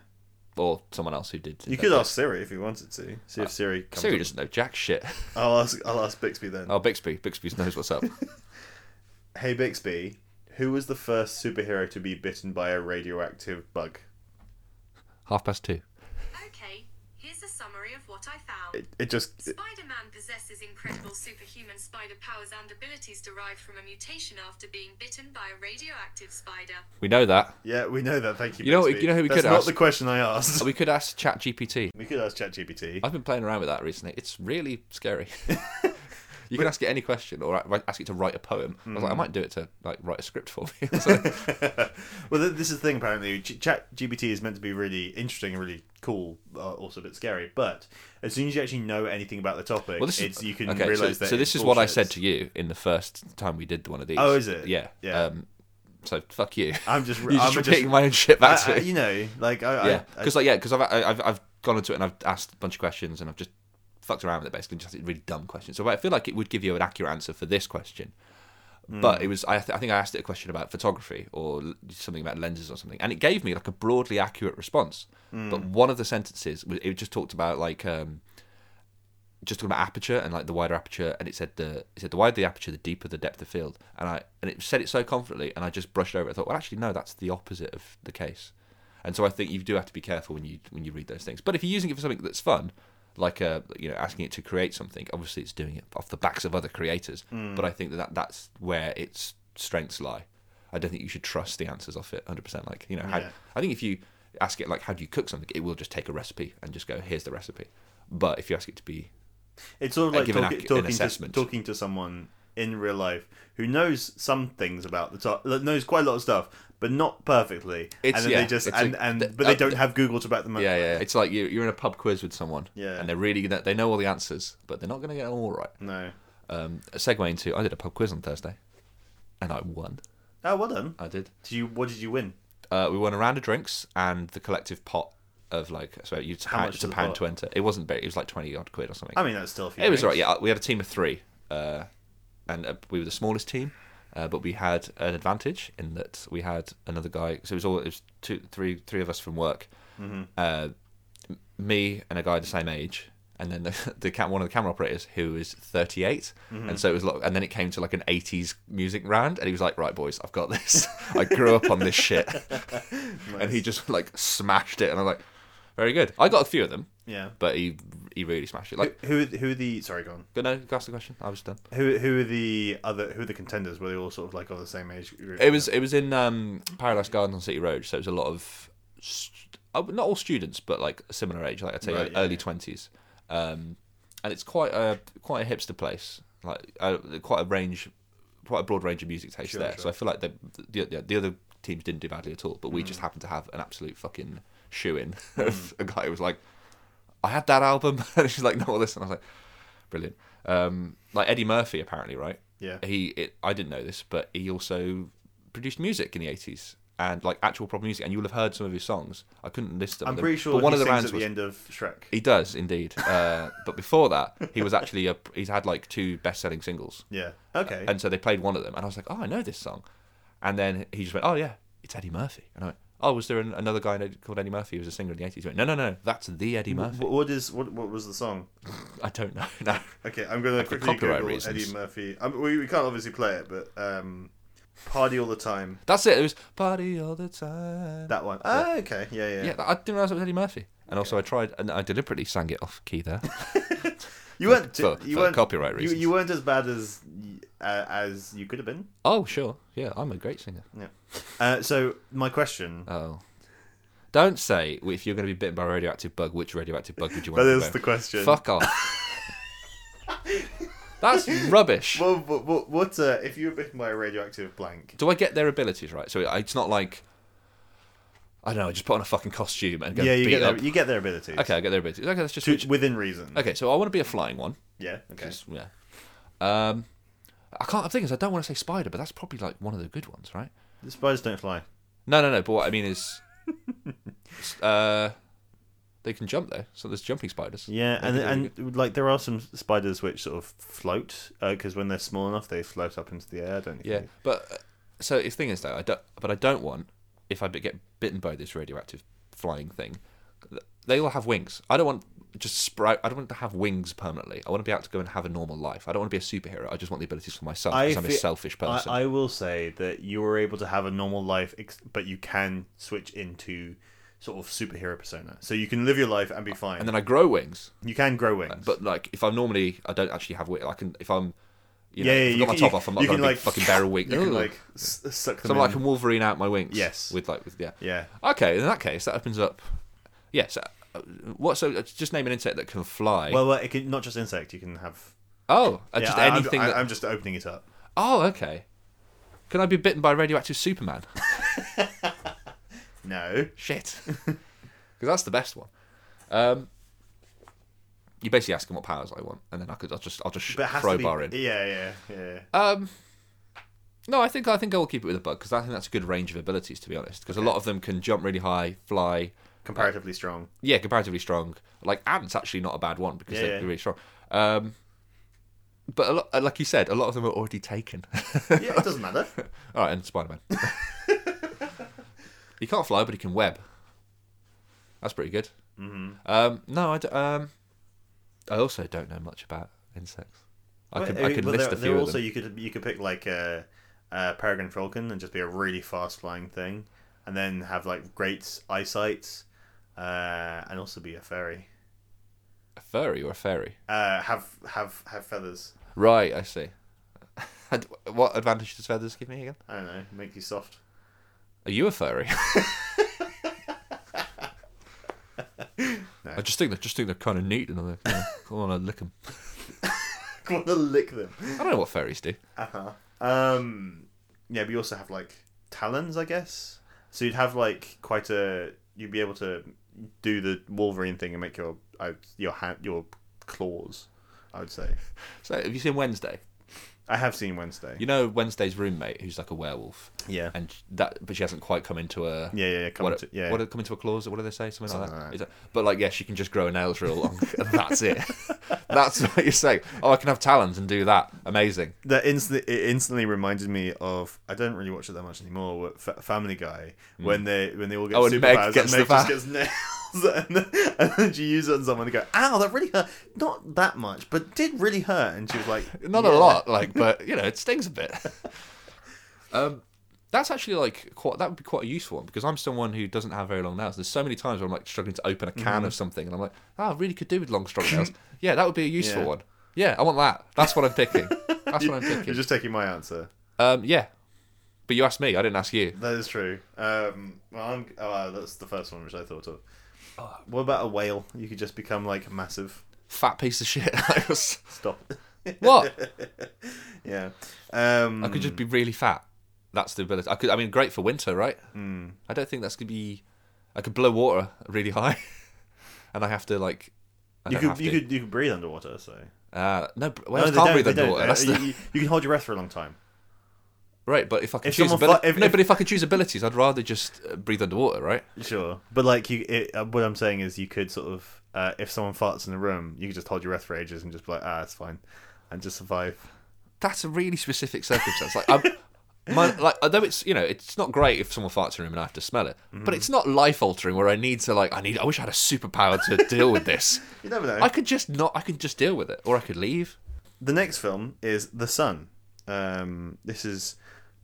S2: or someone else who did.
S1: you could ask Siri if you wanted to. See if Siri. Comes
S2: Siri
S1: up.
S2: doesn't know jack shit.
S1: I'll ask. I'll ask Bixby then.
S2: Oh, Bixby. Bixby knows what's up.
S1: Hey Bixby, who was the first superhero to be bitten by a radioactive bug?
S2: Half past two.
S3: Okay, here's a summary of what I found.
S1: It, it just
S3: Spider Man possesses incredible superhuman spider powers and abilities derived from a mutation after being bitten by a radioactive spider.
S2: We know that.
S1: yeah, we know that. Thank you.
S2: You know what-
S1: Bixby.
S2: you know who we
S1: That's
S2: could
S1: not
S2: ask?
S1: the question I asked.
S2: Oh, We could ask ChatGPT.
S1: We could ask ChatGPT.
S2: I've been playing around with that recently. It's really scary. you can ask it any question or I- ask it to write a poem. I was
S1: Hmm.
S2: like, I might do it to like write a script for me. It's like,
S1: well, th- this is the thing. Apparently, Ch- ChatGPT is meant to be really interesting and really cool, uh, also a bit scary. But as soon as you actually know anything about the topic,
S2: well, this
S1: it's,
S2: is,
S1: you can
S2: okay,
S1: realize
S2: so,
S1: that.
S2: so
S1: it's
S2: this is what I
S1: bullshit.
S2: said to you in the first time we did one of these.
S1: Oh, is it?
S2: Yeah.
S1: Yeah.
S2: Um, so fuck you.
S1: I'm just.
S2: You're just
S1: I'm
S2: repeating my own shit back
S1: I- I-
S2: to me.
S1: you know, like I,
S2: Yeah,
S1: I, I,
S2: because like yeah, because I've, I- I've I've gone into it and I've asked a bunch of questions and I've just fucked around with it basically, and just asked really dumb questions. So I feel like it would give you an accurate answer for this question,
S1: Hmm.
S2: but it was I, th- I think I asked it a question about photography or l- something about lenses or something, and it gave me like a broadly accurate response.
S1: Hmm.
S2: But one of the sentences was it just talked about like um, just talking about aperture and like the wider aperture, and it said the it said the wider the aperture, the deeper the depth of field, and I and it said it so confidently, and I just brushed over. it. I thought, well, actually, no, that's the opposite of the case, and so I think you do have to be careful when you when you read those things. But if you're using it for something that's fun, like uh, you know, asking it to create something, obviously it's doing it off the backs of other creators. But I think that, that that's where its strengths lie. I don't think you should trust the answers off it 100. percent Like you know, how,
S1: Yeah.
S2: I think if you ask it like, how do you cook something, it will just take a recipe and just go, here's the recipe. But if you ask it to be
S1: It's sort of
S2: I
S1: like
S2: give an
S1: talk,
S2: ac- an
S1: talking to
S2: assessment.
S1: talking to someone in real life who knows some things about the top, that knows quite a lot of stuff, but not perfectly.
S2: It's-
S1: and then
S2: yeah,
S1: they just
S2: it's
S1: and,
S2: a-
S1: and
S2: th-
S1: but they
S2: uh,
S1: don't have Google to back them up.
S2: Yeah, yeah. It's like you- you're in a pub quiz with someone,
S1: Yeah.
S2: and they're really gonna- they know all the answers, but they're not going to get them all right.
S1: No.
S2: Um, a segue into I did a pub quiz on Thursday, and I won.
S1: Oh, well done.
S2: I did.
S1: Did you? What did you win?
S2: Uh, we won a round of drinks and the collective pot of like so you
S1: How much
S2: it's a
S1: did the
S2: pound
S1: pot?
S2: to enter. It wasn't big. It was like twenty odd quid or something.
S1: I mean, that's still a few.
S2: it was
S1: drinks.
S2: alright. Yeah, we had a team of three, uh, and uh, we were the smallest team. Uh, but we had an advantage in that we had another guy. So it was all it was two, three, three of us from work. Uh, m- me and a guy the same age, and then the, the cam- one of the camera operators who was 38, and so it was. Like, and then it came to like an 80s music round, and he was like, "Right, boys, I've got this. I grew up on this shit," and he just like smashed it. And I'm like, "Very good. I got a few of them,
S1: Yeah.
S2: but he he really smashed it." Like
S1: Who who are the sorry go on
S2: Go no, go ask the question. I was done.
S1: who who are the other who are the contenders were they all sort of like of the same age group?
S2: It was it was in um, Paradise Garden on City Road, so it was a lot of st- uh, not all students, but like a similar age, like I'd say
S1: Right, yeah,
S2: early
S1: yeah.
S2: twenties, um, and it's quite a quite a hipster place, like uh, quite a range, quite a broad range of music taste
S1: Sure,
S2: there. So
S1: sure. Mm.
S2: I feel like the, the the other teams didn't do badly at all, but we just happened to have an absolute fucking shoe in of a guy who was like, I had that album, and she's like, no, listen, I was like, brilliant. Um, like Eddie Murphy, apparently, right?
S1: yeah
S2: he it, I didn't know this, but he also produced music in the eighties, and like actual proper music. And you'll have heard some of his songs. I couldn't list them.
S1: I'm
S2: but-
S1: pretty sure
S2: But one
S1: he
S2: of the
S1: sings
S2: rounds
S1: at the
S2: was
S1: end of Shrek.
S2: he does indeed. Uh, but before that, he was actually a he's had like two best selling singles.
S1: Yeah. Okay.
S2: And so they played one of them, and I was like, oh, I know this song. And then he just went, oh yeah, it's Eddie Murphy. And I went, oh, was there an, another guy named- called Eddie Murphy who was a singer in the 80s? He went, no, no, no, that's the Eddie Murphy.
S1: Wh- what is what? What was the song?
S2: I don't know. No.
S1: Okay, I'm gonna
S2: for
S1: quickly
S2: copyright
S1: Google
S2: reasons.
S1: Eddie Murphy. Um, we, we can't obviously play it, but um, party all the time.
S2: That's it. It was party all the time.
S1: That one. Ah, okay. Yeah, yeah.
S2: yeah, I didn't realize it was Eddie Murphy. And also, I tried, and I deliberately sang it off key there.
S1: You weren't.
S2: For-
S1: you
S2: for
S1: weren't
S2: copyright
S1: you-
S2: reasons.
S1: You, weren't as bad as y- uh, as you could have been.
S2: oh, sure. Yeah, I'm a great singer.
S1: Yeah. Uh, so my question.
S2: Oh. Don't say if you're going to be bitten by a radioactive bug, which radioactive bug would you want
S1: that
S2: to
S1: is
S2: be?
S1: the question.
S2: Fuck off. That's rubbish.
S1: Well, what, what, what uh, if you were bitten by a radioactive blank?
S2: Do I get their abilities right? So it's not like I don't know. I just put on a fucking costume and go
S1: Yeah, you
S2: beat
S1: get
S2: up.
S1: their, you get their abilities.
S2: Okay, I get their abilities. Okay, that's just
S1: To-
S2: switch-
S1: within reason.
S2: okay. So I want to be a flying one.
S1: Yeah. Okay.
S2: 'cause- Yeah. Um, I can't. The thing is, I don't want to say spider, but that's probably like one of the good ones, right?
S1: The spiders don't fly.
S2: No, no, no. But what I mean is, uh, they can jump though. So there's jumping spiders.
S1: Yeah,
S2: They
S1: and
S2: can do
S1: and like there are some spiders which sort of float because when they're small enough they float up into the air, don't they?
S2: Yeah, but uh, so the thing is though, I don't. But I don't want if I get bitten by this radioactive flying thing. th- They all have wings. I don't want just sprout. I don't want to have wings permanently. I want to be able to go and have a normal life. I don't want to be a superhero. I just want the abilities for myself because I'm a
S1: fe-
S2: selfish person.
S1: I, I will say that you were able to have a normal life, ex- but you can switch into sort of superhero persona. So you can live your life and be fine.
S2: and then I grow wings.
S1: you can grow wings.
S2: But like, if I'm normally, I don't actually have wings. I can if I'm, you know,
S1: yeah, yeah,
S2: if I've
S1: you
S2: got
S1: can,
S2: my top
S1: you,
S2: off. I'm
S1: you
S2: not
S1: can
S2: going
S1: like
S2: like fucking barrel wing.
S1: You can
S2: Ooh.
S1: like s- suck
S2: so
S1: them
S2: I'm like I
S1: in.
S2: can Wolverine out my wings.
S1: Yes.
S2: with like with yeah.
S1: yeah.
S2: Okay, in that case, that opens up. Yes. uh, What so? uh, Just name an insect that can fly.
S1: Well, well, it can not just insect. You can have
S2: Oh, uh,
S1: yeah,
S2: just
S1: I- I'm-
S2: anything
S1: I,
S2: that.
S1: I'm just opening it up.
S2: Oh, okay. Can I be bitten by radioactive Superman?
S1: No.
S2: Shit. Because that's the best one. Um, you basically ask him what powers I want, and then I could I'll just I'll just sh-
S1: But it has to be,
S2: crowbar in.
S1: Yeah, yeah, yeah.
S2: Um, no, I think I think I will keep it with a bug because I think that's a good range of abilities to be honest. Because a lot of them can jump really high, fly.
S1: Comparatively strong.
S2: Yeah, comparatively strong. Like ants, actually not a bad one because
S1: Yeah,
S2: they're
S1: yeah.
S2: really strong. Um, but a lot, like you said, a lot of them are already taken.
S1: Yeah, it doesn't matter.
S2: All right, and Spider Man. he can't fly, but he can web. That's pretty good. Mm-hmm. Um, no, I, d- um, I also don't know much about insects. I
S1: Well,
S2: can,
S1: I
S2: I
S1: mean,
S2: can
S1: but
S2: list
S1: there,
S2: a
S1: there
S2: few of
S1: also
S2: them.
S1: you could you could pick like a, a peregrine falcon and just be a really fast flying thing, and then have like great eyesight, uh, and also be a fairy.
S2: A furry or a fairy?
S1: Uh, have have have feathers.
S2: Right, I see. And what advantage does feathers give me again?
S1: I don't know, make you soft.
S2: Are you a furry? I just think they're just think they're kind of neat, and I want to lick them.
S1: Want to lick them?
S2: I don't know what fairies do.
S1: Uh huh. Um, yeah, but you also have like talons, I guess. So you'd have like quite a you'd be able to do the Wolverine thing and make your uh, your hand your claws. I would say.
S2: So, have you seen Wednesday?
S1: I have seen Wednesday.
S2: You know Wednesday's roommate, who's like a werewolf.
S1: Yeah.
S2: and that but she hasn't quite come into a
S1: Yeah, yeah, yeah, come
S2: what,
S1: to- yeah.
S2: what come into a clause what do they say something, like
S1: Something
S2: that,
S1: like
S2: Is that- but like yeah she can just grow her nails real long and that's it that's what you're saying oh I can have talons and do that amazing
S1: that instantly it instantly reminded me of I don't really watch it that much anymore. But Fa- Family Guy when they when they all get
S2: Hmm. Oh, and Meg
S1: superpowers,
S2: gets
S1: and Meg
S2: the
S1: just
S2: va-
S1: gets nails, and then, and then she uses it on someone and go, "Ow, that really hurt. Not that much, but did really hurt." And she was like,
S2: not
S1: "Yeah."
S2: a lot like but you know it stings a bit um that's actually like quite that would be quite a useful one because I'm someone who doesn't have very long nails there's so many times where I'm like struggling to open a can of something and I'm like oh, I really could do with long strong nails yeah that would be a useful
S1: Yeah.
S2: one yeah I want that that's what I'm picking that's what I'm picking
S1: You're just taking my answer.
S2: Um, yeah, but you asked me. I didn't ask you.
S1: That is true. Um, well, I'm, oh, wow, that's the first one which I thought of.
S2: Oh.
S1: What about a whale? You could just become like massive.
S2: Fat piece of shit. I was-
S1: Stop.
S2: what?
S1: yeah. Um,
S2: I could just be really fat. That's the ability. I could. I mean, great for winter, right?
S1: Hmm.
S2: Mm. I don't think that's gonna be. I could blow water really high, and I have to like. I
S1: you
S2: don't have
S1: could you
S2: to.
S1: could you could breathe underwater. So
S2: Uh, no, well,
S1: No,
S2: I
S1: they
S2: can't
S1: don't,
S2: breathe
S1: they don't.
S2: underwater. That's
S1: Uh,
S2: the,
S1: you, you- you can hold your breath for a long time.
S2: Right, but if I could
S1: If
S2: choose
S1: someone
S2: abili-
S1: fu- if-
S2: no,
S1: if-
S2: but if I could choose abilities, I'd rather just uh, breathe underwater, right?
S1: Sure, but like you, it, uh, what I'm saying is, you could sort of, uh, if someone farts in the room, you could just hold your breath for ages and just be like, ah, it's fine, and just survive.
S2: That's a really specific circumstance. Like, I'm, my, like although it's you know it's not great if someone farts in a room and I have to smell it,
S1: Hmm.
S2: but it's not life altering where I need to like I need I wish I had a superpower to deal with this.
S1: You never know.
S2: I could just not. I could just deal with it, or I could leave.
S1: The next film is The Sun. Um, this is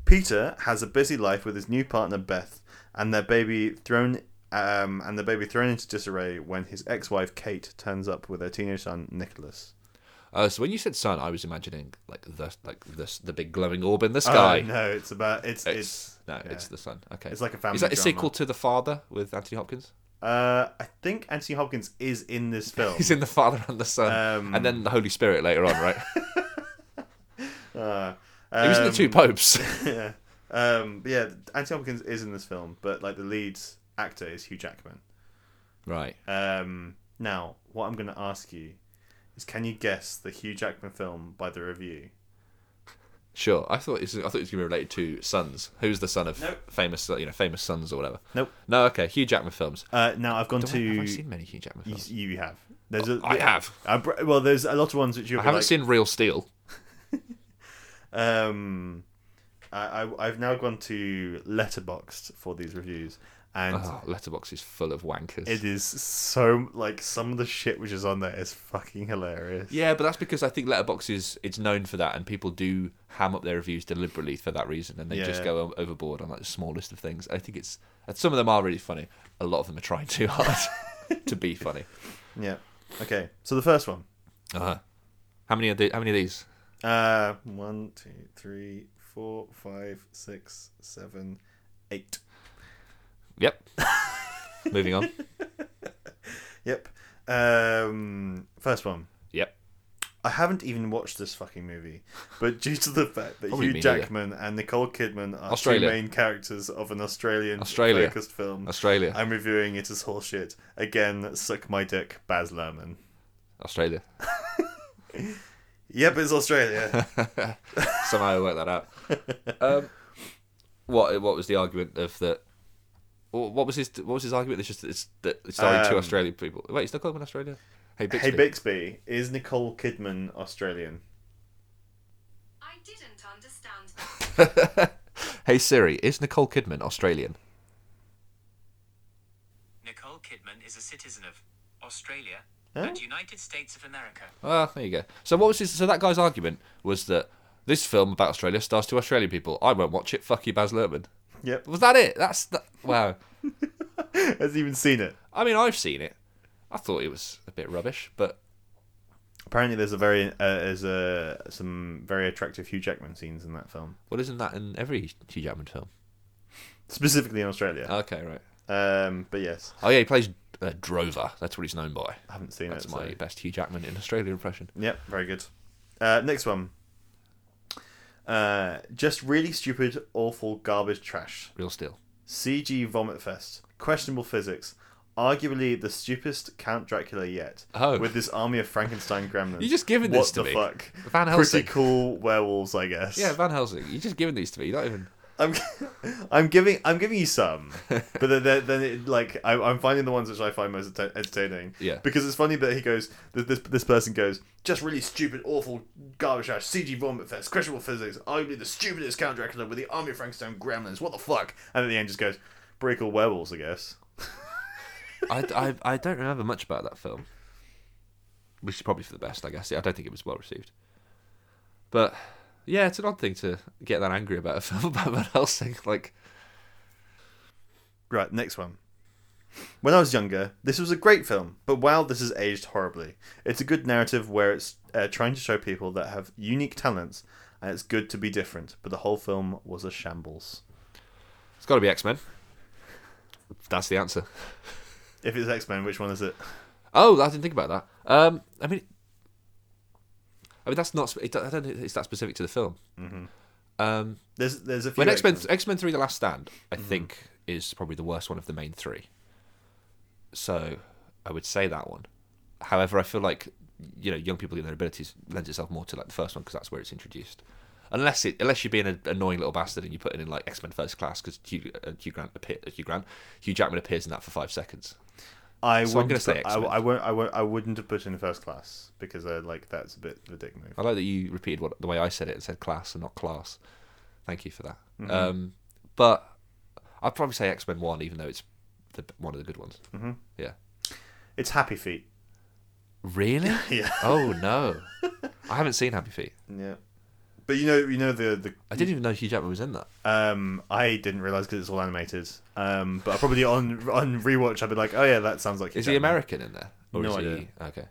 S1: Peter has a busy life with his new partner Beth and their baby thrown um, and the baby thrown into disarray when his ex-wife Kate turns up with their teenage son Nicholas.
S2: Uh, so when you said sun, I was imagining like the like the the big glowing orb in the sky.
S1: Oh, no, it's about it's it's,
S2: It's, no,
S1: yeah.
S2: it's the sun. Okay,
S1: It's like a family
S2: Is that a
S1: drama.
S2: sequel to the Father with Anthony Hopkins?
S1: Uh, I think Anthony Hopkins is in this film.
S2: He's in the Father and the Son,
S1: Um,
S2: and then the Holy Spirit later on, right?
S1: uh,
S2: he was in the
S1: um,
S2: two popes.
S1: yeah. Um, but yeah, Anthony Hopkins is in this film, but like the lead actor is Hugh Jackman.
S2: right.
S1: Um, now, what I'm going to ask you is, can you guess the Hugh Jackman film by the review?
S2: Sure. I thought it's, I thought it was going to be related to sons. Who's the son of
S1: Nope.
S2: famous, you know, famous sons or whatever?
S1: Nope.
S2: No. Okay. Hugh Jackman films.
S1: Uh, now I've gone
S2: Do I,
S1: to.
S2: have I seen many Hugh Jackman
S1: you,
S2: films?
S1: you have. There's a,
S2: I have.
S1: I br- well, there's a lot of ones which you
S2: I haven't seen Real Steel.
S1: Um, I, I I've now gone to Letterboxd for these reviews, and
S2: Oh, Letterbox is full of wankers.
S1: it is so like some of the shit which is on there is fucking hilarious.
S2: Yeah, but that's because I think Letterbox is it's known for that, and people do ham up their reviews deliberately for that reason, and they just
S1: Yeah.
S2: go o- overboard on like the smallest of things. I think it's and some of them are really funny. A lot of them are trying too hard to be funny.
S1: Yeah. Okay. So the first one.
S2: Uh-huh. How many are the, how many of these?
S1: Uh, one, two, three, four, five, six, seven, eight.
S2: Yep. Moving on.
S1: Yep. Um, first one.
S2: Yep.
S1: I haven't even watched this fucking movie, but due to the fact that
S2: Probably
S1: Hugh
S2: me neither.
S1: Jackman and Nicole Kidman are
S2: Australia.
S1: two main characters of an Australian
S2: Australia.
S1: focused film,
S2: Australia.
S1: I'm reviewing it as horseshit. Again, suck my dick, Baz Luhrmann.
S2: Australia.
S1: Yep, it's Australia.
S2: Somehow I worked that out. Um, what what was the argument of that? wha- What was his what was his argument? It's just it's that it's starring two
S1: Um,
S2: Australian people. Wait, it's not called in Australia. Hey, Bixby.
S1: hey Bixby, is Nicole Kidman Australian?
S3: I didn't understand.
S2: hey Siri, is Nicole Kidman Australian?
S4: Nicole Kidman is a citizen of Australia
S1: Huh?
S4: and United States of America.
S2: Ah, there you go. So what was his? So that guy's argument was that this film about Australia stars two Australian people. I won't watch it. Fuck you, Baz Luhrmann.
S1: Yep.
S2: Was that it? That's the, wow.
S1: Has he even seen it?
S2: I mean, I've seen it. I thought it was a bit rubbish, but
S1: Apparently, there's a very uh, there's a some very attractive Hugh Jackman scenes in that film,
S2: well, isn't that in every Hugh Jackman film?
S1: specifically in Australia.
S2: Okay, right.
S1: Um, but yes,
S2: Oh yeah, he plays uh, Drover. That's what he's known by.
S1: I haven't seen
S2: That's
S1: it.
S2: my
S1: so-
S2: best Hugh Jackman in Australia impression.
S1: Yep, very good. Uh, next one. Uh, just really stupid, awful garbage trash.
S2: Real Steel.
S1: CG vomit fest. Questionable physics. Arguably the stupidest Count Dracula yet.
S2: Oh.
S1: With this army of Frankenstein gremlins.
S2: You're just giving
S1: what
S2: this to
S1: the
S2: me.
S1: fuck?
S2: Van Helsing.
S1: Pretty cool werewolves, I guess.
S2: Yeah, Van Helsing. You're just giving these to me. You're not even.
S1: I'm, I'm giving, I'm giving you some, but then, then, then it, like I, I'm finding the ones which I find most enter- entertaining.
S2: Yeah.
S1: Because it's funny that he goes, that this this person goes, just really stupid, awful garbage trash, CG vomit fest, questionable physics, arguably the stupidest Count Dracula with the army of Frankenstein gremlins. What the fuck? And at the end, just goes, pretty cool werewolves, I guess.
S2: I, I, I don't remember much about that film, which is probably for the best, I guess. I don't think it was well received. But yeah, it's an odd thing to get that angry about a film about Van Helsing. Like,
S1: Right, next one. When I was younger, this was a great film, but wow, this has aged horribly. It's a good narrative where it's uh, trying to show people that have unique talents, and it's good to be different, but the whole film was a shambles.
S2: it's got to be X Men. That's the answer.
S1: If it's X Men, which one is it?
S2: Oh, I didn't think about that. Um, I mean, I mean that's not. sp- It, I don't think it's that specific to the film. Um,
S1: There's there's a few
S2: when X Men
S1: X-Men. Mm-hmm.
S2: X Men Three: The Last Stand, I think is probably the worst one of the main three. So I would say that one. However, I feel like you know young people in their abilities lends itself more to like the first one because that's where it's introduced. unless it unless you're being an annoying little bastard and you put it in like X Men First Class because Hugh, uh, Hugh Grant appear, uh, Hugh Grant Hugh Jackman appears in that for five seconds.
S1: I
S2: So
S1: wouldn't.
S2: I'm gonna say
S1: put- I,
S2: X-Men.
S1: I won't. I won't. I wouldn't have put in first class because I like that's a bit of a dick move.
S2: I like that you repeated what the way I said it and said class and not class. Thank you for that.
S1: Mm-hmm.
S2: Um, but I'd probably say X Men One, even though it's the, one of the good ones. Mm-hmm. Yeah.
S1: It's Happy Feet.
S2: Really?
S1: Yeah.
S2: Oh no, I haven't seen Happy Feet.
S1: Yeah. But you know, you know the
S2: I didn't even know Hugh Jackman was in that.
S1: the um, I didn't realize because it's all animated. Um, but I probably on on rewatch I'd be like, oh yeah, that sounds like.
S2: Is
S1: Hugh
S2: he
S1: Jackman.
S2: American in there? Or
S1: No
S2: is
S1: idea.
S2: He... Okay.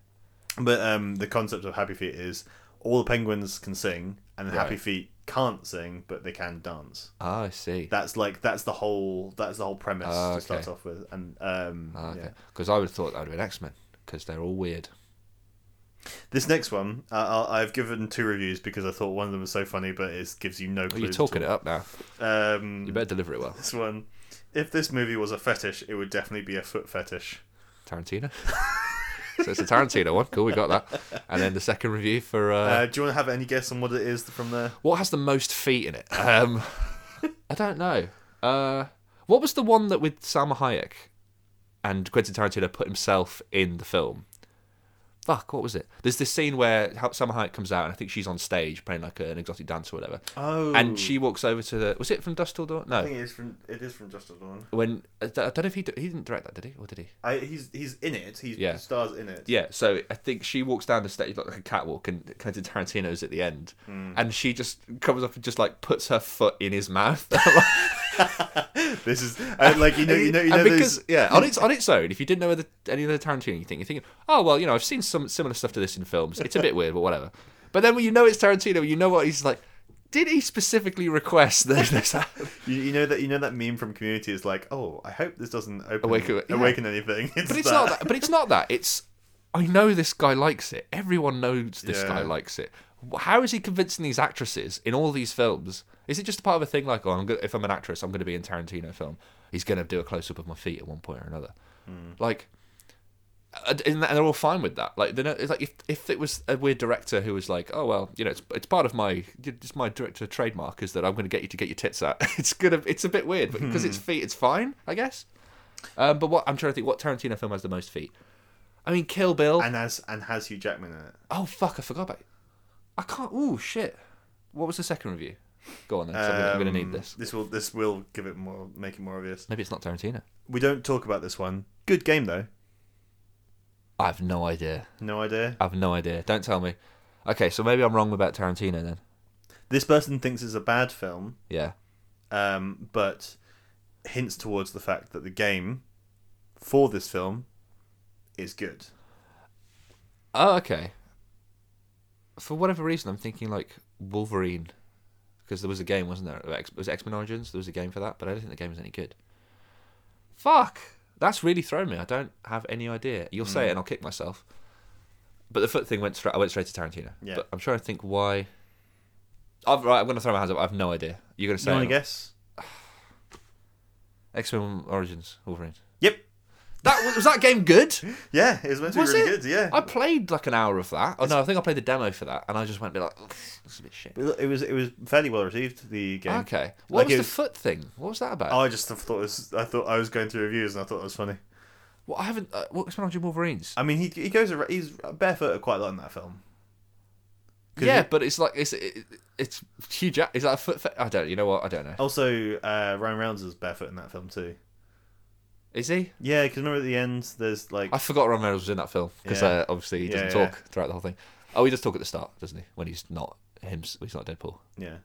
S1: But um, the concept of Happy Feet is all the penguins can sing, and the Happy
S2: Right.
S1: Feet can't sing, but they can dance.
S2: Ah, I see.
S1: That's like that's the whole that's the whole premise
S2: Ah,
S1: to start
S2: okay.
S1: off with, and um,
S2: Ah, okay.
S1: yeah.
S2: Because I would have thought that would have been X Men because they're all weird.
S1: This next one, uh, I'll- I've given two reviews because I thought one of them was so funny, but it gives you no
S2: Oh,
S1: clue.
S2: you're talking it up now.
S1: Um,
S2: You better deliver it well,
S1: This one, if this movie was a fetish, it would definitely be a foot fetish.
S2: Tarantino. so it's a Tarantino one. Cool, we got that. And then the second review for uh,
S1: Uh, do you want to have any guess on what it is from there?
S2: What has the most feet in it? Um, I don't know. Uh, what was the one that with Salma Hayek and Quentin Tarantino put himself in the film? Fuck, what was it? There's this scene where Ha- Salma Hayek comes out and I think she's on stage playing like an exotic dancer or whatever.
S1: Oh.
S2: And she walks over to the. Was it from Dust Till Dawn?
S1: I think
S2: No.
S1: it is from it is from Just Dawn.
S2: When I don't know if he d- he didn't direct that, did he? Or did he?
S1: I, he's he's in it. He's,
S2: Yeah.
S1: He stars in it.
S2: Yeah, so I think she walks down the stage like a catwalk, and Quentin Tarantino's at the end, and she just comes up and just like puts her foot in his mouth.
S1: This is uh, like you know you know you know
S2: and because
S1: those,
S2: yeah, on its on its own, if you didn't know the, any of the Tarantino thing, you're thinking, oh well, you know, I've seen some similar stuff to this in films. It's a bit weird, but whatever. But then when you know it's Tarantino, you know what he's like. Did he specifically request that this happen?
S1: you, you know that you know that meme from Community is like oh I hope this doesn't open,
S2: Awaken- yeah.
S1: awaken anything. It's
S2: But it's
S1: that.
S2: not that. But it's not that. It's I know this guy likes it. Everyone knows this
S1: Yeah.
S2: guy likes it. How is he convincing these actresses in all these films? Is it just part of a thing like, oh, I'm go- if I'm an actress, I'm going to be in Tarantino film. He's going to do a close up of my feet at one point or another.
S1: Hmm.
S2: Like, and and they're all fine with that. Like, they're not, it's like if if it was a weird director who was like, oh well, you know, it's it's part of my it's my director trademark is that I'm going to get you to get your tits out. It's gonna it's a bit weird, but because it's
S1: Hmm.
S2: feet, it's fine, I guess. Um, but what I'm trying to think, what Tarantino film has the most feet? I mean, Kill Bill.
S1: and has and has Hugh Jackman in it.
S2: oh fuck, I forgot about it. I can't. Oh shit. What was the second review? Go on then. 'cause I'm gonna- I'm going to need
S1: Um,
S2: this.
S1: This will this will give it more make it more obvious.
S2: Maybe it's not Tarantino.
S1: We don't talk about this one. Good game though.
S2: I have no idea.
S1: No idea.
S2: I have no idea. Don't tell me. Okay, so maybe I'm wrong about Tarantino then.
S1: This person thinks it's a bad film,
S2: Yeah.
S1: um, but hints towards the fact that the game for this film is good.
S2: Oh, okay. For whatever reason, I'm thinking like Wolverine, because there was a game, wasn't there? of X- It was X Men Origins. There was a game for that, but I don't think the game was any good. Fuck, that's really thrown me. I don't have any idea. You'll say it, and I'll kick myself. But the foot thing went straight. I went straight to Tarantino.
S1: Yeah.
S2: But I'm trying to think why. I've, right, I'm gonna throw my hands up. I have no idea. You're gonna
S1: Do
S2: say
S1: you want to guess?
S2: X Men Origins Wolverine.
S1: Yep.
S2: That was, was that game good?
S1: Yeah, it was meant to
S2: Was
S1: be really
S2: it?
S1: good. Yeah.
S2: I played like an hour of that. Oh no, I think I played the demo for that, and I just went a bit like, "Ugh, this is a bit shit.
S1: But look, it was it was fairly well received. The game.
S2: Okay. What
S1: Like,
S2: was
S1: it
S2: the
S1: was-
S2: foot thing? What was that about?
S1: Oh, I just thought it was, I thought I was going through reviews and I thought it was funny.
S2: Well, I haven't. Uh, what's been on Jim Wolverines?
S1: I mean, he he goes ar- he's barefooted quite a lot in that film. 'Cause
S2: Yeah,
S1: he-
S2: but it's like it's it, it's huge. Is that a foot? Fe- I don't. You know what? I don't know.
S1: Also, uh, Ryan Reynolds is barefoot in that film too.
S2: Is he?
S1: Yeah, because remember at the end, there's like
S2: I forgot Ron Reynolds was in that film because
S1: Yeah.
S2: uh, obviously he doesn't
S1: Yeah, yeah.
S2: talk throughout the whole thing. Oh, he does talk at the start, doesn't he? When he's not him, he's not Deadpool.
S1: yeah.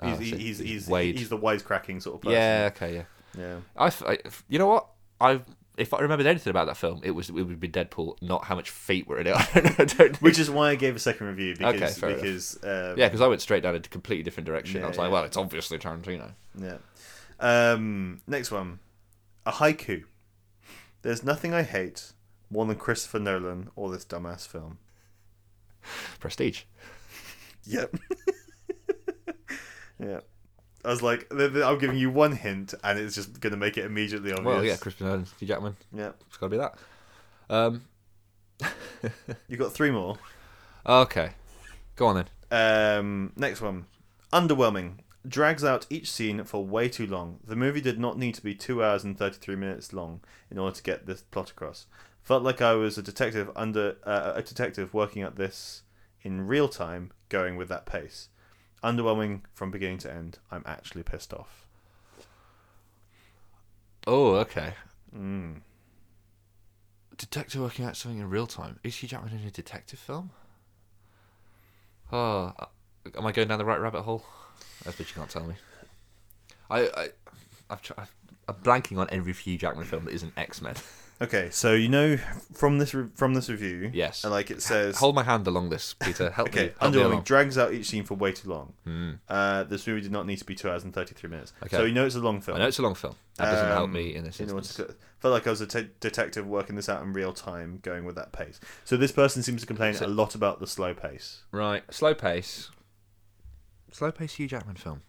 S2: Oh,
S1: He's,
S2: I see.
S1: he's, he's,
S2: Wade.
S1: he's, the wisecracking sort of person.
S2: Yeah. Okay. Yeah.
S1: Yeah.
S2: I, f- I- f- You know what? I. If I remembered anything about that film, it was it would be Deadpool, not how much feet were in it. I don't know. I don't
S1: Which is why I gave a second review
S2: Okay,
S1: because
S2: fair enough.
S1: because um,
S2: yeah, because I went straight down a completely different direction. I
S1: Yeah,
S2: was like,
S1: yeah.
S2: well, it's obviously Tarantino.
S1: yeah. Um, next one, a haiku. There's nothing I hate more than Christopher Nolan or this dumbass film.
S2: Prestige.
S1: Yep. yeah. I was like, th- th- I'm giving you one hint, and it's just going to make it immediately obvious.
S2: Well, yeah, Crispin Nolan, Hugh Jackman.
S1: yeah.
S2: It's got to be that. Um,
S1: You got three more.
S2: okay, go on then.
S1: Um, next one. Underwhelming. Drags out each scene for way too long. The movie did not need to be 2 hours and 33 minutes long in order to get this plot across. Felt like I was a detective under uh, a detective working at this in real time going with that pace. Underwhelming from beginning to end. I'm actually pissed off.
S2: Oh, okay.
S1: Hmm.
S2: Detective working out something in real time. Is Hugh Jackman in a detective film? Oh, uh, am I going down the right rabbit hole? That's what you can't tell me. I, I, I've tr- I've, I'm blanking on every Hugh Jackman film that isn't X Men.
S1: Okay, so you know from this re- from this review,
S2: Yes.
S1: and like it says,
S2: Hold my hand along this, Peter. Help me.
S1: okay,
S2: Help me
S1: underwhelming
S2: along. Hmm.
S1: drags out each scene for way too long. Uh, this movie did not need to be two hours and thirty three minutes.
S2: Okay.
S1: So you know it's a long film.
S2: I know it's a long film. That doesn't help
S1: Um,
S2: me in this
S1: in order
S2: instance.
S1: to, felt like I was a te- detective working this out in real time, going with that pace. So this person seems to complain a
S2: So-
S1: lot about the slow pace.
S2: Right, slow pace. Slow pace Hugh Jackman film.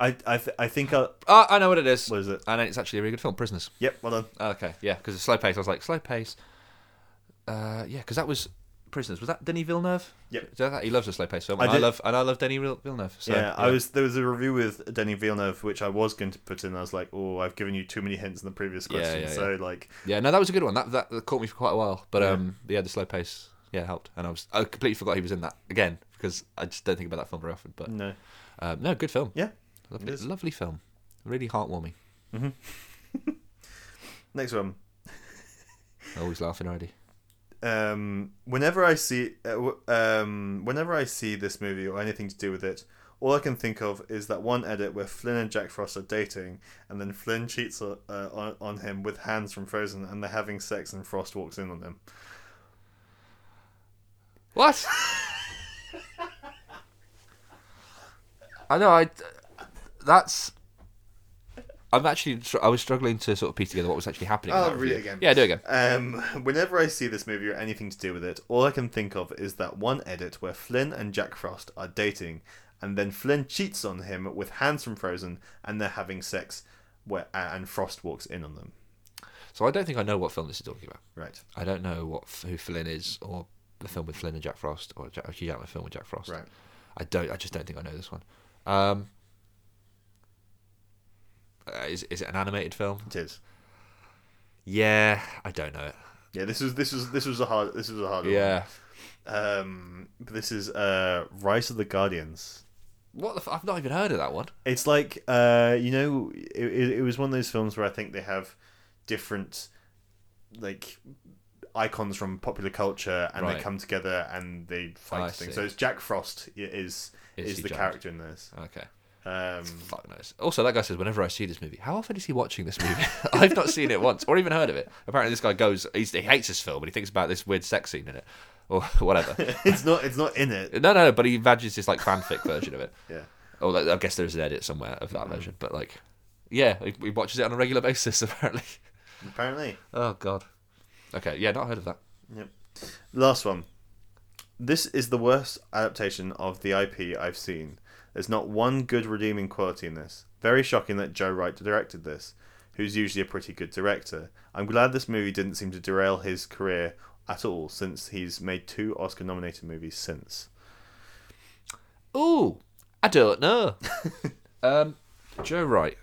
S1: I I, th- I think I
S2: Ah, I know what it is.
S1: What is it?
S2: And it's actually a really good film, Prisoners. Ah,
S1: yep. Well done.
S2: Okay, yeah, because it's slow pace. I was like, slow pace. Uh, yeah, because that was Prisoners. Was that Denis Villeneuve?
S1: Yep.
S2: Is that- He loves a slow pace film.
S1: I
S2: And I,
S1: did-
S2: love and I love Denis Vil- Villeneuve. So,
S1: yeah, I was there was a review with Denny Villeneuve which I was going to put in. I was like, oh, I've given you too many hints in the previous
S2: Yeah,
S1: question.
S2: yeah,
S1: so like,
S2: Yeah, no, that was a good one. That that, that caught me for quite a while. But um, yeah, the slow pace, yeah, helped. And I was I completely forgot he was in that again because I just don't think about that film very often. But
S1: no,
S2: um, no, good film.
S1: yeah.
S2: lovely,
S1: Mm. is.
S2: lovely film. Really heartwarming.
S1: Next one.
S2: Always laughing already.
S1: um, whenever I see uh, w- um, whenever I see this movie or anything to do with it, all I can think of is that one edit where Flynn and Jack Frost are dating, and then Flynn cheats uh, on, on him with hands from Frozen, and they're having sex, and Frost walks in on them.
S2: What? I know. I. That's. I'm actually. str- I was struggling to sort of piece together what was actually happening. in
S1: I'll
S2: that
S1: read it
S2: review.
S1: again.
S2: Yeah, do it again.
S1: Um, whenever I see this movie or anything to do with it, all I can think of is that one edit where Flynn and Jack Frost are dating, and then Flynn cheats on him with hands from Frozen, and they're having sex, where and Frost walks in on them.
S2: So I don't think I know what film this is talking about.
S1: Right.
S2: I don't know what f- who Flynn is, or the film with Flynn and Jack Frost, or Jack, Hugh Jackman film with Jack Frost.
S1: Right.
S2: I don't. I just don't think I know this one. Um. uh, is is it an animated film?
S1: It is.
S2: Yeah, I don't know it.
S1: Yeah, this was this was this was a hard this was a hard
S2: Yeah.
S1: one. Um, this is uh Rise of the Guardians.
S2: What the? F- I've not even heard of that one.
S1: It's like uh you know it, it, it was one of those films where I think they have different like icons from popular culture and
S2: Right.
S1: they come together and they
S2: I
S1: fight things.
S2: see.
S1: So it's Jack Frost i- is
S2: Is
S1: is,
S2: he
S1: the
S2: Jack?
S1: character in this.
S2: Okay.
S1: Um,
S2: Fuck knows. Also, that guy says whenever I see this movie, how often is he watching this movie? I've not seen it once or even heard of it. Apparently, this guy goes, he's, he hates this film, and he thinks about this weird sex scene in it or whatever.
S1: it's not it's not in it.
S2: no, no, no, but he imagines this like fanfic version of it.
S1: Yeah.
S2: Oh, like, I guess there's an edit somewhere of that version, but like, yeah, he, he watches it on a regular basis apparently.
S1: Apparently.
S2: Oh god. Okay, yeah, not heard of that.
S1: Yep. Last one. This is the worst adaptation of the IP I've seen. There's not one good redeeming quality in this. Very shocking that Joe Wright directed this, who's usually a pretty good director. I'm glad this movie didn't seem to derail his career at all, since he's made two Oscar nominated movies since.
S2: Ooh, I don't know. um, Joe Wright.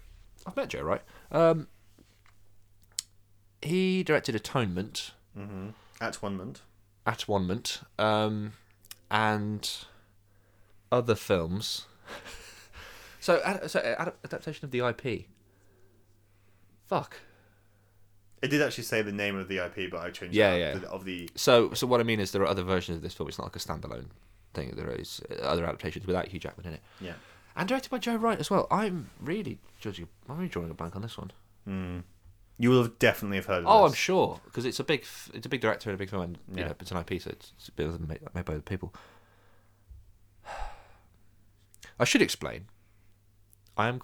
S2: I've met Joe Wright. Um, he directed Atonement.
S1: At one month.
S2: At One Mint, um, and other films. so, ad- so uh, ad- adaptation of the IP. Fuck.
S1: It did actually say the name of the IP, but I changed
S2: Yeah,
S1: it
S2: yeah.
S1: the- of the.
S2: So, so what I mean is there are other versions of this film. It's not like a standalone thing. There is uh, other adaptations without Hugh Jackman in it,
S1: Yeah.
S2: and directed by Joe Wright as well. I'm really judging. I'm really drawing a blank on this one.
S1: You will have definitely have heard of
S2: Oh,
S1: this.
S2: I'm sure because it's a big, f- it's a big director and a big film, and you
S1: Yeah.
S2: know, it's an IP, so it's, it's been made, made by other people. I should explain. I am,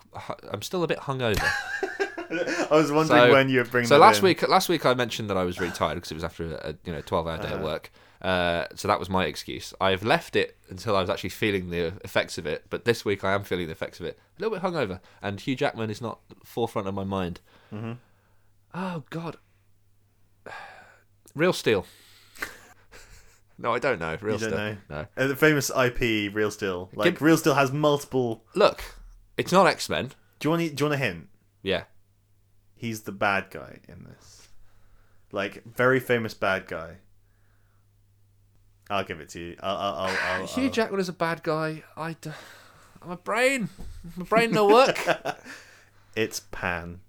S2: I'm still a bit hungover.
S1: I was wondering
S2: so,
S1: when you would bring
S2: so
S1: that
S2: last
S1: in.
S2: week, last week I mentioned that I was really tired because it was after a, you know 12 hour day
S1: Uh-huh.
S2: at work. Uh, so that was my excuse. I've left it until I was actually feeling the effects of it, but this week I am feeling the effects of it. A little bit hungover, and Hugh Jackman is not forefront of my mind.
S1: Mm-hmm.
S2: Oh God, Real Steel. No, I don't know. Real
S1: You don't
S2: stuff.
S1: know.
S2: No.
S1: Uh, the famous IP Real Steel. Like
S2: Give-
S1: Real Steel has multiple.
S2: Look, it's not X Men.
S1: Do you want? Do you want a hint?
S2: Yeah.
S1: He's the bad guy in this. Like very famous bad guy. I'll give it to you. I'll. I'll. I'll, I'll, I'll...
S2: Hugh Jackman is a bad guy. I. D- my brain, my brain no work.
S1: It's Pan.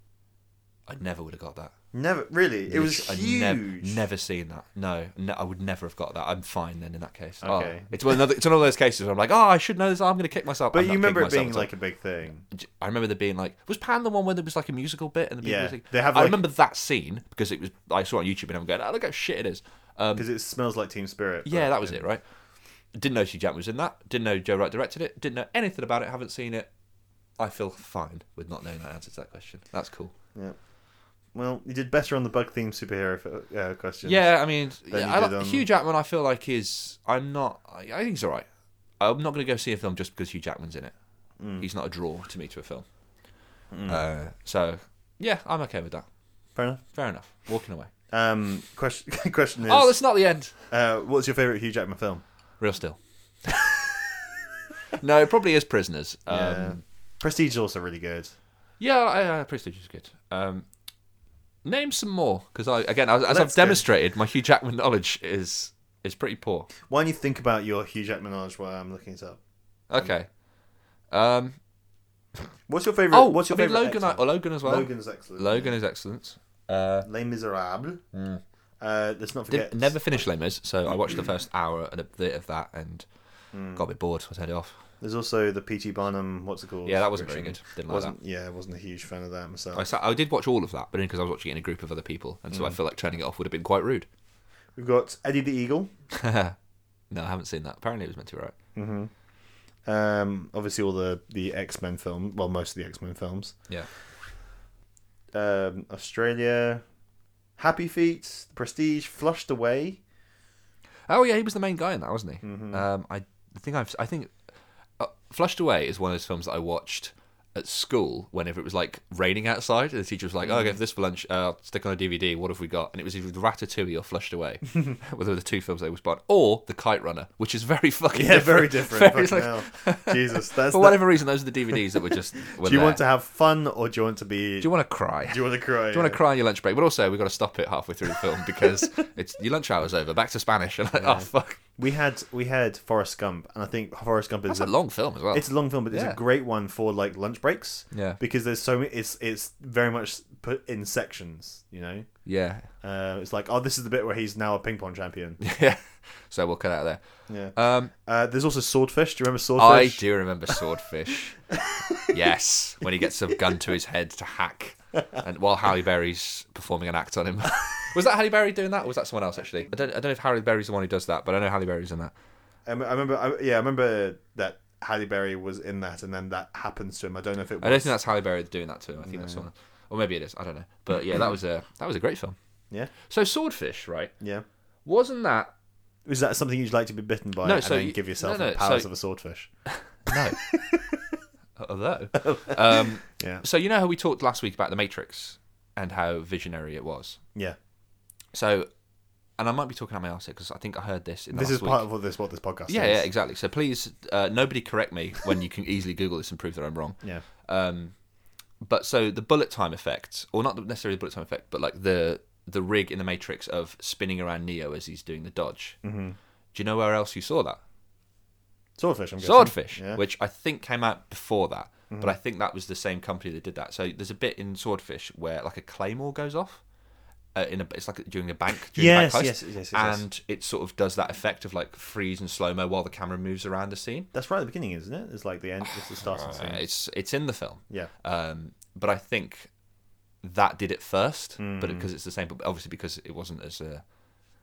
S2: I never would have got that.
S1: Never really. It was
S2: I
S1: huge.
S2: never seen that. No, no, I would never have got that. I'm fine then in that case. Oh,
S1: Okay.
S2: it's one another. It's one of those cases where I'm like, oh, I should know this. I'm going to kick myself.
S1: But
S2: I'm
S1: you
S2: not
S1: remember it
S2: kicking
S1: being
S2: myself
S1: like a big thing.
S2: at all. I remember there being like, was Pan the one where there was like a musical bit and the people
S1: Yeah,
S2: was like-
S1: they have,
S2: I
S1: like-
S2: remember that scene because it was I saw it on YouTube and I'm going, oh look how shit it is. Um,
S1: Because it smells like Team Spirit.
S2: yeah,
S1: but-
S2: that was it, right? Didn't know Hugh Jackman was in that. Didn't know Joe Wright directed it. Didn't know anything about it. Haven't seen it. I feel fine with not knowing that answer to that question. That's cool.
S1: Yeah. Well, you did better on the bug themed superhero fo- uh, question.
S2: Yeah, I mean,
S1: you
S2: yeah, I
S1: did
S2: like,
S1: on-
S2: Hugh Jackman. I feel like is I'm not. I, I think he's all right. I'm not going to go see a film just because Hugh Jackman's in it.
S1: Mm.
S2: He's not a draw to me to a film. Uh, so yeah, I'm okay with that.
S1: Fair enough.
S2: Fair enough. Walking away.
S1: Um, question question is,
S2: Oh, that's not the end.
S1: uh, what's your favorite Hugh Jackman film?
S2: Real still. no, it probably is Prisoners. Um,
S1: Yeah. Prestige is also really good.
S2: Yeah, I, I, Prestige is good. Um, name some more, because I again, as, as I've
S1: Let's go.
S2: demonstrated, my Hugh Jackman knowledge is is pretty poor.
S1: Why don't you think about your Hugh Jackman knowledge while I'm looking it up?
S2: Okay. Um,
S1: What's your favorite?
S2: oh,
S1: what's your
S2: I mean,
S1: favorite?
S2: Logan,
S1: X-Men?
S2: or Logan as well.
S1: Logan's excellent.
S2: Logan is excellent. Uh,
S1: Les Miserables. Uh, let's not
S2: did,
S1: forget.
S2: never finished Les Mis, so I watched the first hour and a bit of that and
S1: Hmm.
S2: got a bit bored. so I turned it off.
S1: There's also the P.T. Barnum. What's it called?
S2: Yeah, that wasn't very
S1: version.
S2: good. Didn't like
S1: wasn't, Yeah, I wasn't a huge fan of that myself.
S2: I, sat, I did watch all of that, but because I was watching it in a group of other people, and so
S1: Hmm.
S2: I feel like turning it off would have been quite rude.
S1: We've got Eddie the Eagle.
S2: No, I haven't seen that. Apparently, it was meant to be right.
S1: Um, obviously all the the X Men film. Well, most of the X Men films.
S2: Yeah.
S1: Um, Australia. Happy Feet, Prestige, Flushed Away.
S2: Oh yeah, he was the main guy in that, wasn't he?
S1: Mm-hmm.
S2: Um, I think I've I think uh, Flushed Away is one of those films that I watched at school whenever it was like raining outside, and the teacher was like,
S1: Mm-hmm.
S2: "Oh, okay, for this for lunch, uh, I'll stick on a DVD. What have we got?" And it was either Ratatouille or Flushed Away, whether the two films they was part, or The Kite Runner, which is very fucking
S1: Yeah,
S2: different.
S1: very different.
S2: Very,
S1: fucking
S2: like-
S1: hell. Jesus, that's
S2: for
S1: the-
S2: whatever reason, those are the DVDs that were just. were
S1: Do you
S2: there.
S1: want to have fun or do you want to be?
S2: Do you want to cry?
S1: Do you want to cry?
S2: Do you want to cry on your lunch break? But also, we've got to stop it halfway through the film because it's your lunch hour's over. Back to Spanish, and like, oh fuck,
S1: We had we had Forrest Gump, and I think Forrest Gump is
S2: it's a long film as well.
S1: It's a long film, but it's
S2: Yeah.
S1: a great one for like lunch breaks.
S2: Yeah.
S1: Because there's so many. It's it's very much put in sections. You know.
S2: yeah,
S1: Uh, it's like oh, this is the bit where he's now a ping pong champion.
S2: yeah. So we'll cut out of there.
S1: Yeah.
S2: Um,
S1: Uh, there's also Swordfish. Do you remember
S2: I
S1: Swordfish?
S2: do remember Swordfish. yes, when he gets a gun to his head to hack, and while Halle Berry's performing an act on him. was that Halle Berry doing that, or was that someone else actually? I don't, I don't know if Halle Berry's the one who does that, but I know Halle Berry's in that.
S1: I, rem- Um, I remember. I, yeah, I remember that Halle Berry was in that, and then that happens to him. I don't know if it. Was.
S2: I don't think that's Halle Berry doing that to him. I think that's someone, or maybe it is. I don't know. But yeah, that was a that was a great film.
S1: Yeah.
S2: So Swordfish, right?
S1: Yeah.
S2: Wasn't that
S1: Is that something you'd like to be bitten by
S2: No,
S1: and
S2: so
S1: then
S2: you-
S1: give yourself
S2: no, no,
S1: the powers
S2: so-
S1: of a swordfish?
S2: no? uh, Although, um,
S1: Yeah.
S2: so you know how we talked last week about the Matrix and how visionary it was.
S1: Yeah.
S2: So, and I might be talking out my ass here because I think I heard this in the
S1: This
S2: last
S1: is part
S2: week.
S1: of what this what this podcast
S2: yeah,
S1: is.
S2: yeah, exactly. So please, uh, nobody correct me when you can easily Google this and prove that I'm wrong.
S1: Yeah.
S2: Um, but so the bullet time effect, or not necessarily the bullet time effect, but like the the rig in the Matrix of spinning around Neo as he's doing the dodge. Mm-hmm. Do you know where else you saw that?
S1: Swordfish, I'm guessing.
S2: Swordfish,
S1: Yeah. Mm-hmm.
S2: which I think came out before that, but I think that was the same company that did that. So there's a bit in Swordfish where like a claymore goes off. Uh, in a, it's like during a bank, during
S1: Yes,
S2: a bank heist,
S1: yes, yes, yes, yes.
S2: and it sort of does that effect of like freeze and slow mo while the camera moves around the scene.
S1: That's right at the beginning, isn't it? It's like the end it's the starting
S2: Uh,
S1: scene.
S2: it's it's in the film,
S1: Yeah.
S2: um, but I think that did it first, but
S1: Hmm.
S2: because it's the same, but obviously because it wasn't as uh,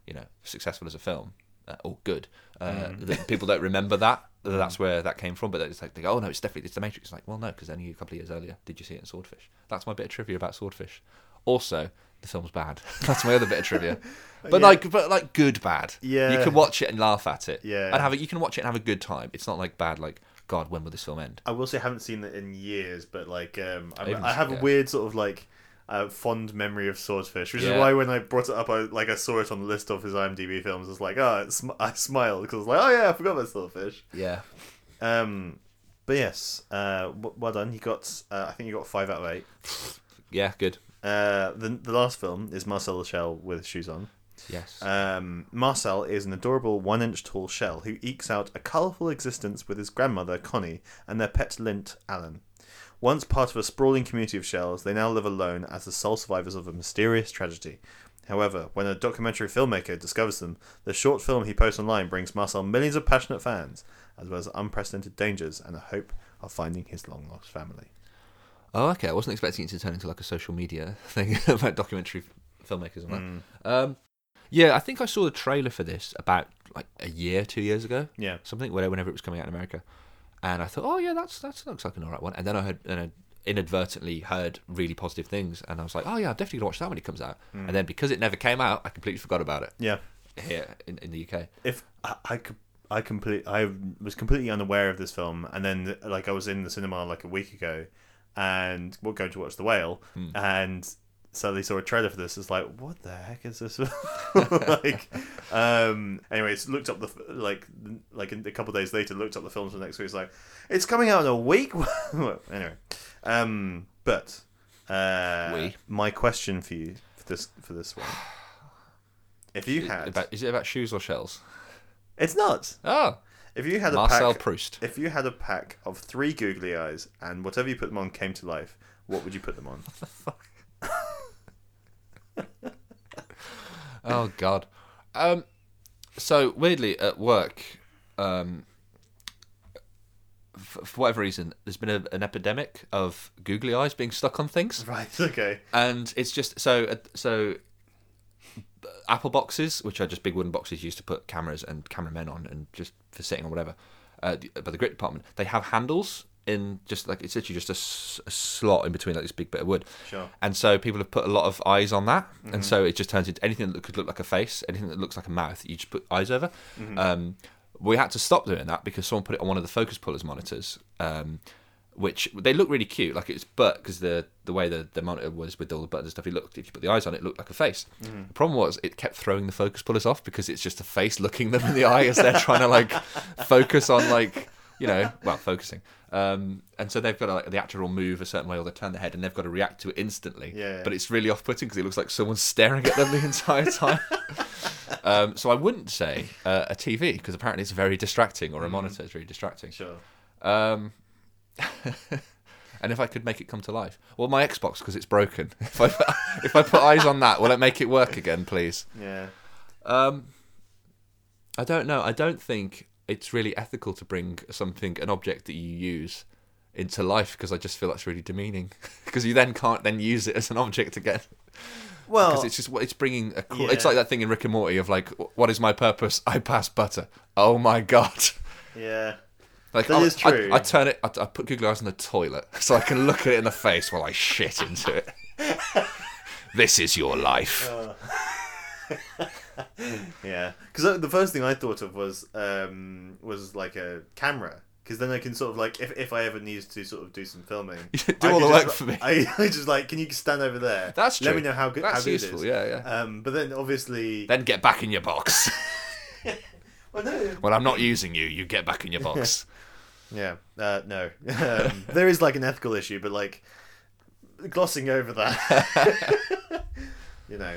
S2: you know successful as a film uh, or good, uh,
S1: Hmm.
S2: that people don't remember that. that That's where that came from. But it's like they go, oh no, it's definitely it's the Matrix. It's like, well, no, because only a couple of years earlier did you see it in Swordfish. That's my bit of trivia about Swordfish. Also, the film's bad. That's my other bit of trivia. But
S1: Yeah.
S2: like, but like, good bad. you
S1: Yeah.
S2: can watch it and laugh at it.
S1: Yeah.
S2: and have it. You can watch it and have a good time. It's not like bad. Like, God, when will this film end?
S1: I will say I haven't seen it in years, but like um I,
S2: even-
S1: I have
S2: yeah.
S1: a weird sort of like uh, fond memory of Swordfish, which
S2: Yeah.
S1: is why when I brought it up, I like I saw it on the list of his IMDb films. I was like, oh, it's, I smiled because I was like, oh yeah, I forgot about Swordfish.
S2: Yeah.
S1: Um, but yes, uh, w- well done. You got, uh, I think you got five out of eight.
S2: Yeah, good.
S1: Uh, the the last film is Marcel the Shell with shoes on.
S2: Yes.
S1: Um, Marcel is an adorable one inch tall shell who ekes out a colourful existence with his grandmother, Connie, and their pet lint, Alan. Once part of a sprawling community of shells, they now live alone as the sole survivors of a mysterious tragedy. However, when a documentary filmmaker discovers them, the short film he posts online brings Marcel millions of passionate fans, as well as unprecedented dangers and a hope of finding his long lost family.
S2: oh, okay. I wasn't expecting it to turn into like a social media thing about documentary f- filmmakers and that. Um, yeah, I think I saw the trailer for this about like a year, two years ago.
S1: Yeah.
S2: something whatever- whenever it was coming out in America, and I thought, oh yeah, that's that looks like an alright one. And then I heard and I inadvertently heard really positive things, and I was like, oh yeah, I'm definitely gonna watch that when it comes out. And then because it never came out, I completely forgot about it
S1: Yeah.
S2: here in, in the UK.
S1: if I, I could. I complete. I was completely unaware of this film, and then like I was in the cinema like a week ago, and we're going to watch The Whale,
S2: Hmm.
S1: and suddenly saw a trailer for this. It's like, what the heck is this? film? like, um. Anyways, looked up the f- like like a couple days later, looked up the films for next week. It's like, it's coming out in a week. Well, anyway, um. But uh,
S2: We.
S1: my question for you for this for this one, if you had,
S2: About, is it about shoes or shells?
S1: it's not.
S2: Oh,
S1: If you had a
S2: Marcel
S1: pack,
S2: Proust.
S1: if you had a pack of three googly eyes and whatever you put them on came to life, what would you put them on?
S2: Oh God. Um, so weirdly at work, um, for, for whatever reason, there's been a, an epidemic of googly eyes being stuck on things,
S1: right. Okay.
S2: and it's just so so. Apple boxes, which are just big wooden boxes used to put cameras and cameramen on, and just for sitting or whatever, uh, by the grit department, they have handles in just like it's literally just a, s- a slot in between like this big bit of wood.
S1: Sure.
S2: And so people have put a lot of eyes on that, and so it just turns into anything that could look like a face, anything that looks like a mouth. You just put eyes over. Um, we had to stop doing that because someone put it on one of the focus pullers monitors, um, which they look really cute, like it's but because the the way the, the monitor was with all the buttons and stuff, it looked if you put the eyes on it, it looked like a face. The problem was it kept throwing the focus pullers off because it's just a face looking them in the eye as they're trying to like focus on like you know, well, focusing. Um, and so they've got to, like the actor will move a certain way or they turn their head and they've got to react to it instantly.
S1: Yeah.
S2: But it's really off-putting because it looks like someone's staring at them the entire time. um, so I wouldn't say uh, a TV because apparently it's very distracting or a monitor is very distracting.
S1: Mm. Sure.
S2: Um, and if I could make it come to life, well, my Xbox because it's broken. If I if I put eyes on that, will it make it work again, please?
S1: Yeah.
S2: Um, I don't know. I don't think it's really ethical to bring something, an object that you use, into life because I just feel that's really demeaning. Because you then can't then use it as an object again.
S1: Well,
S2: Because it's just it's bringing a. cru-
S1: Oh. Yeah.
S2: It's like that thing in Rick and Morty of like, what is my purpose? I pass butter. Oh my god.
S1: yeah.
S2: Like
S1: That
S2: I,
S1: is
S2: I-
S1: true.
S2: I, turn it. I, I put Google Eyes in the toilet so I can look at it in the face while I shit into it. this is your life.
S1: Oh. Yeah. Because the first thing I thought of was um was like a camera. Because then I can sort of like if, if I ever need to sort of do some filming,
S2: Do
S1: I
S2: all
S1: could
S2: the
S1: just,
S2: work for me.
S1: I, I just like, can you stand over there?
S2: That's true.
S1: Let me know how good
S2: That's
S1: how good
S2: useful.
S1: it is.
S2: Yeah, yeah.
S1: Um, but then obviously,
S2: Then get back in your box.
S1: well, no,
S2: When I'm not using you, you get back in your box.
S1: Yeah, uh, no. Um, there is like an ethical issue, but like glossing over that, you know.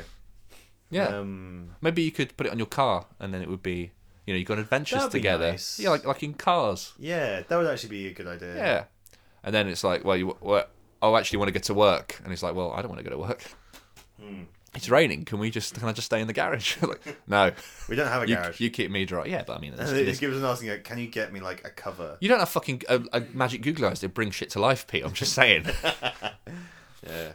S2: yeah.
S1: Um,
S2: Maybe you could put it on your car, and then it would be, you know, you go on adventures
S1: That'd be
S2: together.
S1: nice.
S2: Yeah, like like in cars.
S1: yeah, that would actually be a good idea.
S2: Yeah. And then it's like, well, you, well, oh, I actually want to get to work, and it's like, well, I don't want to go to work.
S1: Hmm.
S2: It's raining. Can we just? Can I just stay in the garage? like, no.
S1: We don't have a
S2: You,
S1: garage.
S2: you keep me dry. Yeah, but I mean,
S1: and
S2: this,
S1: it
S2: this-
S1: gives us an asking, like, can you get me like a cover?
S2: you don't have fucking a, a magic Google eyes that bring shit to life, Pete. I'm just saying.
S1: Yeah.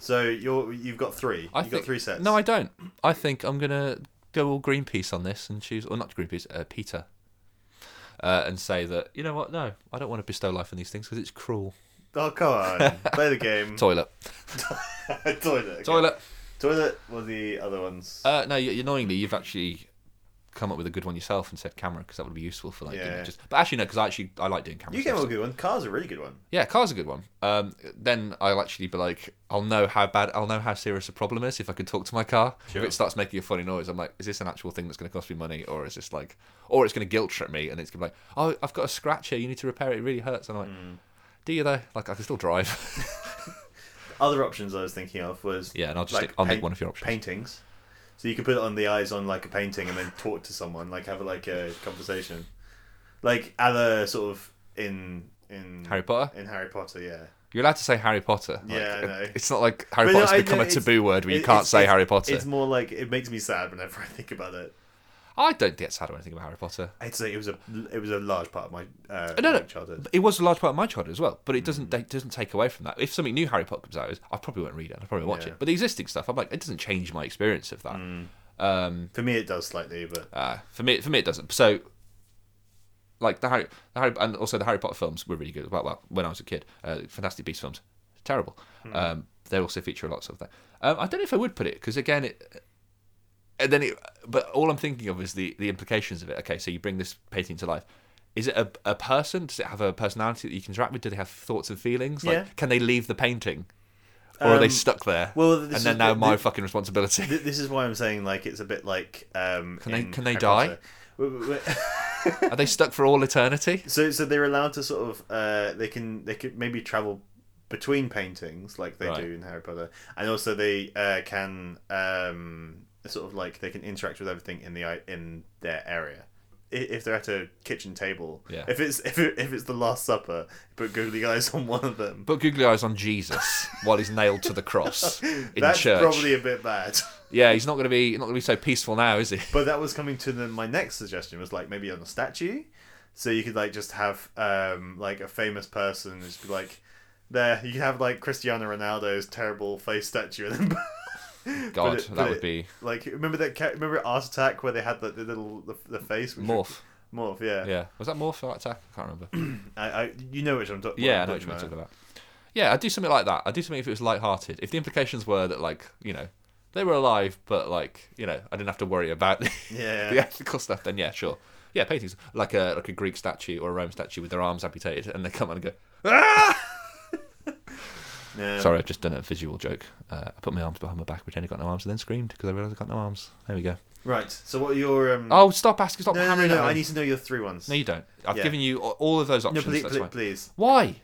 S1: So you're you've got three.
S2: I
S1: you've got three sets.
S2: No, I don't. I think I'm gonna go all Greenpeace on this and choose, or not Greenpeace, uh, Peter, uh, and say that you know what? No, I don't want to bestow life on these things because it's cruel.
S1: Oh come on, play the game.
S2: Toilet,
S1: toilet. okay.
S2: toilet.
S1: Toilet. Were the other ones?
S2: Uh, no, you, annoyingly, you've actually come up with a good one yourself and said camera because that would be useful for like you know,
S1: Yeah.
S2: just. But actually no, because I actually I like doing camera.
S1: You
S2: stuff,
S1: came up
S2: so-
S1: with a good one. Car's a really good one.
S2: yeah, car's a good one. Um, then I'll actually be like, I'll know how bad, I'll know how serious a problem is if I can talk to my car.
S1: Sure.
S2: If it starts making a funny noise, I'm like, is this an actual thing that's going to cost me money, or is this like, or it's going to guilt trip me, and it's going to be like, oh, I've got a scratch here, you need to repair it, it really hurts, and I'm like,
S1: Hmm.
S2: do you though? Like, I can still drive.
S1: Other options I was thinking of was
S2: Yeah, and I'll just- I'll make one of your options.
S1: Paintings. So you could put it on the eyes on like a painting and then talk to someone, like have like a conversation, like other sort of in in
S2: Harry Potter?
S1: in Harry Potter, yeah.
S2: You're allowed to say Harry Potter. Like,
S1: Yeah, I know.
S2: it- It's not like Harry
S1: But no,
S2: Potter's
S1: I
S2: become
S1: know
S2: a
S1: it's-
S2: taboo word where you
S1: it-
S2: can't
S1: it's-
S2: say
S1: it's-
S2: Harry Potter.
S1: It's more like it makes me sad whenever I think about it.
S2: I don't get sad or anything about Harry Potter.
S1: I'd say it was a it was a large part of my uh,
S2: No,
S1: my
S2: no,
S1: childhood.
S2: it was a large part of my childhood as well. But it doesn't it doesn't take away from that. If something new Harry Potter comes out, I probably won't read it. I probably won't watch
S1: Yeah.
S2: it. But the existing stuff, I'm like, it doesn't change my experience of that. Um,
S1: For me, it does slightly, but
S2: uh, for me, for me, it doesn't. So, like the Harry, the Harry, and also the Harry Potter films were really good. Well, well when I was a kid, uh, Fantastic Beasts films, terrible.
S1: Hmm.
S2: Um, they also feature lots of that. Um, I don't know if I would put it because again, it. uh, And then, it, but all I'm thinking of is the the implications of it. Okay, so you bring this painting to life. Is it a, a person? Does it have a personality that you can interact with? Do they have thoughts and feelings? Like,
S1: Yeah.
S2: can they leave the painting, or are they
S1: Um,
S2: stuck there?
S1: well,
S2: and
S1: this is
S2: then now
S1: the-
S2: my
S1: the-
S2: fucking responsibility.
S1: Th- this is why I'm saying like it's a bit like um,
S2: Can they-
S1: in
S2: can they
S1: Harry
S2: die?
S1: Potter. W- w- w-
S2: are they stuck for all eternity?
S1: so so they're allowed to sort of uh, they can they could maybe travel between paintings like they
S2: Right.
S1: do in Harry Potter, and also they uh, can um, sort of like they can interact with everything in the i- in their area. I- If they're at a kitchen table,
S2: Yeah.
S1: if it's if, it, if it's the Last Supper, put googly eyes on one of them.
S2: Put googly eyes on Jesus while he's nailed to the cross in
S1: That's
S2: church.
S1: probably a bit bad.
S2: Yeah, he's not going to be not going to be so peaceful now, is he?
S1: But that was coming to the, my next suggestion was like maybe on a statue, so you could like just have um like a famous person just be like, there you could have like Cristiano Ronaldo's terrible face statue and then.
S2: God,
S1: put it-
S2: that
S1: put
S2: would
S1: it-
S2: be
S1: like remember that ca- remember Art Attack where they had the, the little the, the face which was-
S2: morph.
S1: morph yeah
S2: Yeah, was that morph or attack? I can't remember.
S1: I, I you know which I'm talking
S2: yeah, I know what you're talking about. Yeah, I'd do something like that. I'd do something if it was light-hearted. If the implications were that, like, you know, they were alive, but like, you know, I didn't have to worry about
S1: Yeah.
S2: the ethical stuff. Then yeah, sure. Yeah, paintings like a like a Greek statue or a Rome statue with their arms amputated, and they come and go. "Ah!"
S1: Yeah.
S2: Sorry, I've just done a visual joke. Uh, I put my arms behind my back, pretending I got no arms, and then screamed because I realised I got no arms. There we go.
S1: right so what are your um
S2: Oh, stop asking, stop
S1: no no no,
S2: hammering
S1: no,
S2: at me.
S1: I need to know your three ones
S2: No, you don't. I've
S1: Yeah.
S2: given you a- all of those
S1: no
S2: options.
S1: please
S2: that's
S1: please,
S2: fine.
S1: please
S2: Why?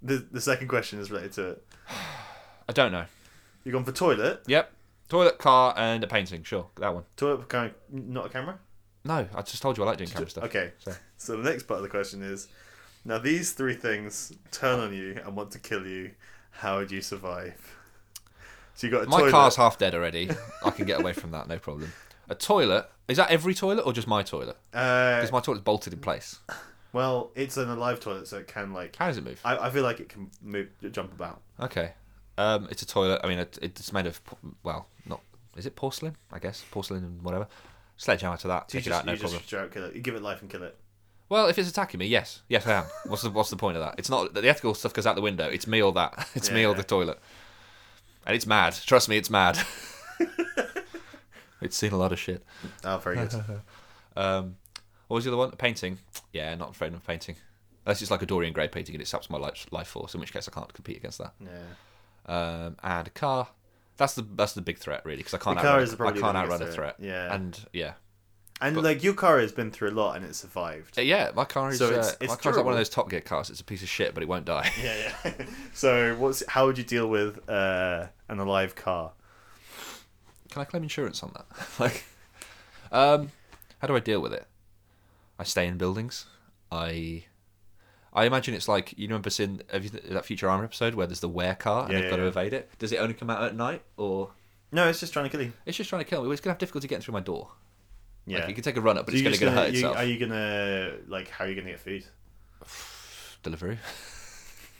S1: the the second question is related to it
S2: I don't know.
S1: you've gone for toilet
S2: Yep. Toilet, car, and a painting. Sure, that one.
S1: toilet cam- not a camera
S2: No, I just told you I like doing camera stuff.
S1: Okay.
S2: So.
S1: So the next part of the question is now these three things turn on you and want to kill you, how would you survive? So you got a
S2: My
S1: toilet.
S2: car's half dead already. I can get away from that, no problem. A toilet. Is that every toilet or just my toilet?
S1: uh,
S2: Because my toilet's bolted in place.
S1: well, it's an alive toilet, so it can like
S2: How does it move?
S1: I, I feel like it can move jump about.
S2: Okay. Um, it's a toilet. I mean, it, it's made of, po- well, not, is it porcelain? I guess. Porcelain and whatever. Sledgehammer to that.
S1: So you
S2: Take it
S1: just,
S2: out, no
S1: you just
S2: problem.
S1: throw it, kill it. You give it life and kill it.
S2: Well, if it's attacking me, yes, yes, I am. What's the What's the point of that? It's not the ethical stuff goes out the window. It's me or that. It's me or
S1: Yeah.
S2: the toilet. And it's mad. Trust me, it's mad. it's seen a lot of shit.
S1: Oh, very good.
S2: Um, what was the other one? A painting. Yeah, not afraid of painting. Unless it's like a Dorian Gray painting and it saps my life life force, in which case I can't compete against that.
S1: yeah.
S2: Um, and a car. That's the that's the big threat really because I can't
S1: The car
S2: outrun,
S1: is
S2: a- I
S1: probably the
S2: can't
S1: biggest
S2: outrun a
S1: threat,
S2: threat.
S1: yeah.
S2: and yeah,
S1: And
S2: But-
S1: like your car has been through a lot and it survived.
S2: Uh, yeah. My car is
S1: So it's-
S2: uh,
S1: it's
S2: my car's like one
S1: durable.
S2: of those Top Gear cars. It's a piece of shit, but it won't die.
S1: yeah, yeah. so what's how would you deal with uh, an alive car?
S2: can I claim insurance on that? like, um, how do I deal with it? I stay in buildings. I, I imagine it's like you remember seeing have you, that Futurama episode where there's the wear car and
S1: Yeah,
S2: they've
S1: yeah,
S2: got to
S1: yeah.
S2: evade it. Does it only come out at night or
S1: No, it's just trying to kill you.
S2: it's just trying to kill me? Well, It's gonna have difficulty getting through my door.
S1: Yeah.
S2: Like, you can take a run up, but
S1: So
S2: it's
S1: you're
S2: gonna,
S1: just
S2: gonna hurt
S1: you-
S2: itself.
S1: Are you gonna like? How are you gonna get food?
S2: Delivery.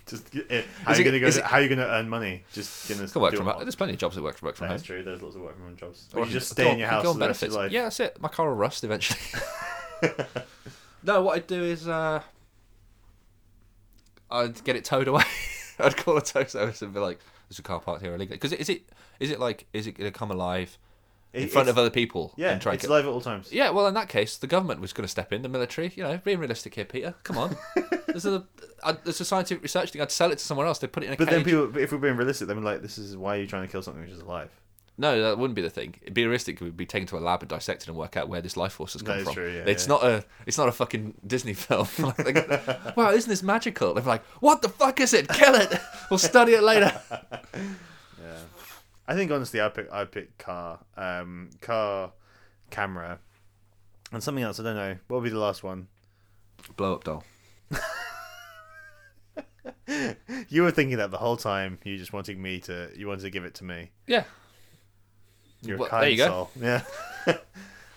S1: Just eh, how are you
S2: it-
S1: gonna go?
S2: is
S1: To,
S2: it-
S1: how are you gonna earn money? Just gonna
S2: Can work
S1: do
S2: from
S1: it
S2: home. There's plenty of jobs that work work from home.
S1: That's true. There's lots of work from home jobs.
S2: Or
S1: Or
S2: I
S1: you
S2: can-
S1: just
S2: I
S1: stay
S2: can
S1: in your
S2: go on- I
S1: house
S2: can go
S1: for
S2: on
S1: the rest of your life.
S2: benefits. Yeah, that's it. My car will rust eventually. no, what I'd do is uh, I'd get it towed away. I'd call a tow service and be like, "There's a car parked here illegally." Because is it is it like is it gonna come alive? in
S1: It-
S2: front
S1: it's-
S2: of other people
S1: Yeah,
S2: and try
S1: it's
S2: to
S1: live at all times.
S2: yeah, well, in that case, the government was going to step in, the military. You know, being realistic here, Peter. Come on. there's, a, I, there's a scientific research thing. I'd sell it to someone else. They put it in a
S1: But
S2: cage.
S1: then people, if we're being realistic, then we're like, this is why you're trying to kill something which is alive.
S2: No, that wouldn't be the thing. It'd be realistic. It would be taken to a lab and dissected and work out where this life force has come
S1: is
S2: from.
S1: true, yeah,
S2: it's
S1: yeah.
S2: not a it's not a fucking Disney film. Like, they go, wow, isn't this magical? They're like, what the fuck is it? Kill it. We'll study it later.
S1: I think honestly, I pick I pick car, um, car, camera, and something else. I don't know. What would be the last one?
S2: Blow up doll.
S1: You were thinking that the whole time. You just wanted me to. You wanted to give it to me.
S2: Yeah.
S1: You're
S2: Well,
S1: a
S2: there
S1: kind
S2: you go.
S1: soul. Yeah.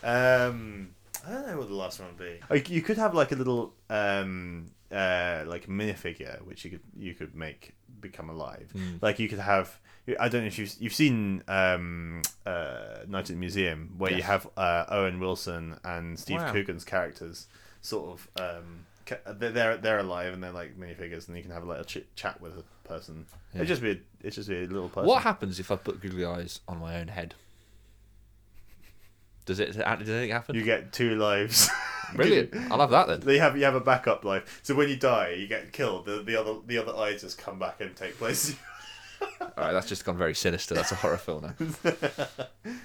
S1: um, I don't know what the last one would be. Oh, you- You could have like a little um uh like minifigure which you could you could make become alive.
S2: Hmm.
S1: Like you could have. I don't know if you've, you've seen um, uh, Night at the Museum, where you
S2: Yes.
S1: have uh, Owen Wilson and Steve
S2: Wow.
S1: Coogan's characters sort of um, ca- they're- they're they're alive and they're like minifigures, and you can have like a ch- chat with a person. It's just be a, it's just be a little person.
S2: What happens if I put googly eyes on my own head? Does it? Does anything happen?
S1: You get two lives.
S2: Brilliant. I'll have that then.
S1: They have you have a backup life. So when you die, you get killed. The, the other the other eyes just come back and take place.
S2: All right, that's just gone very sinister. That's a horror film now.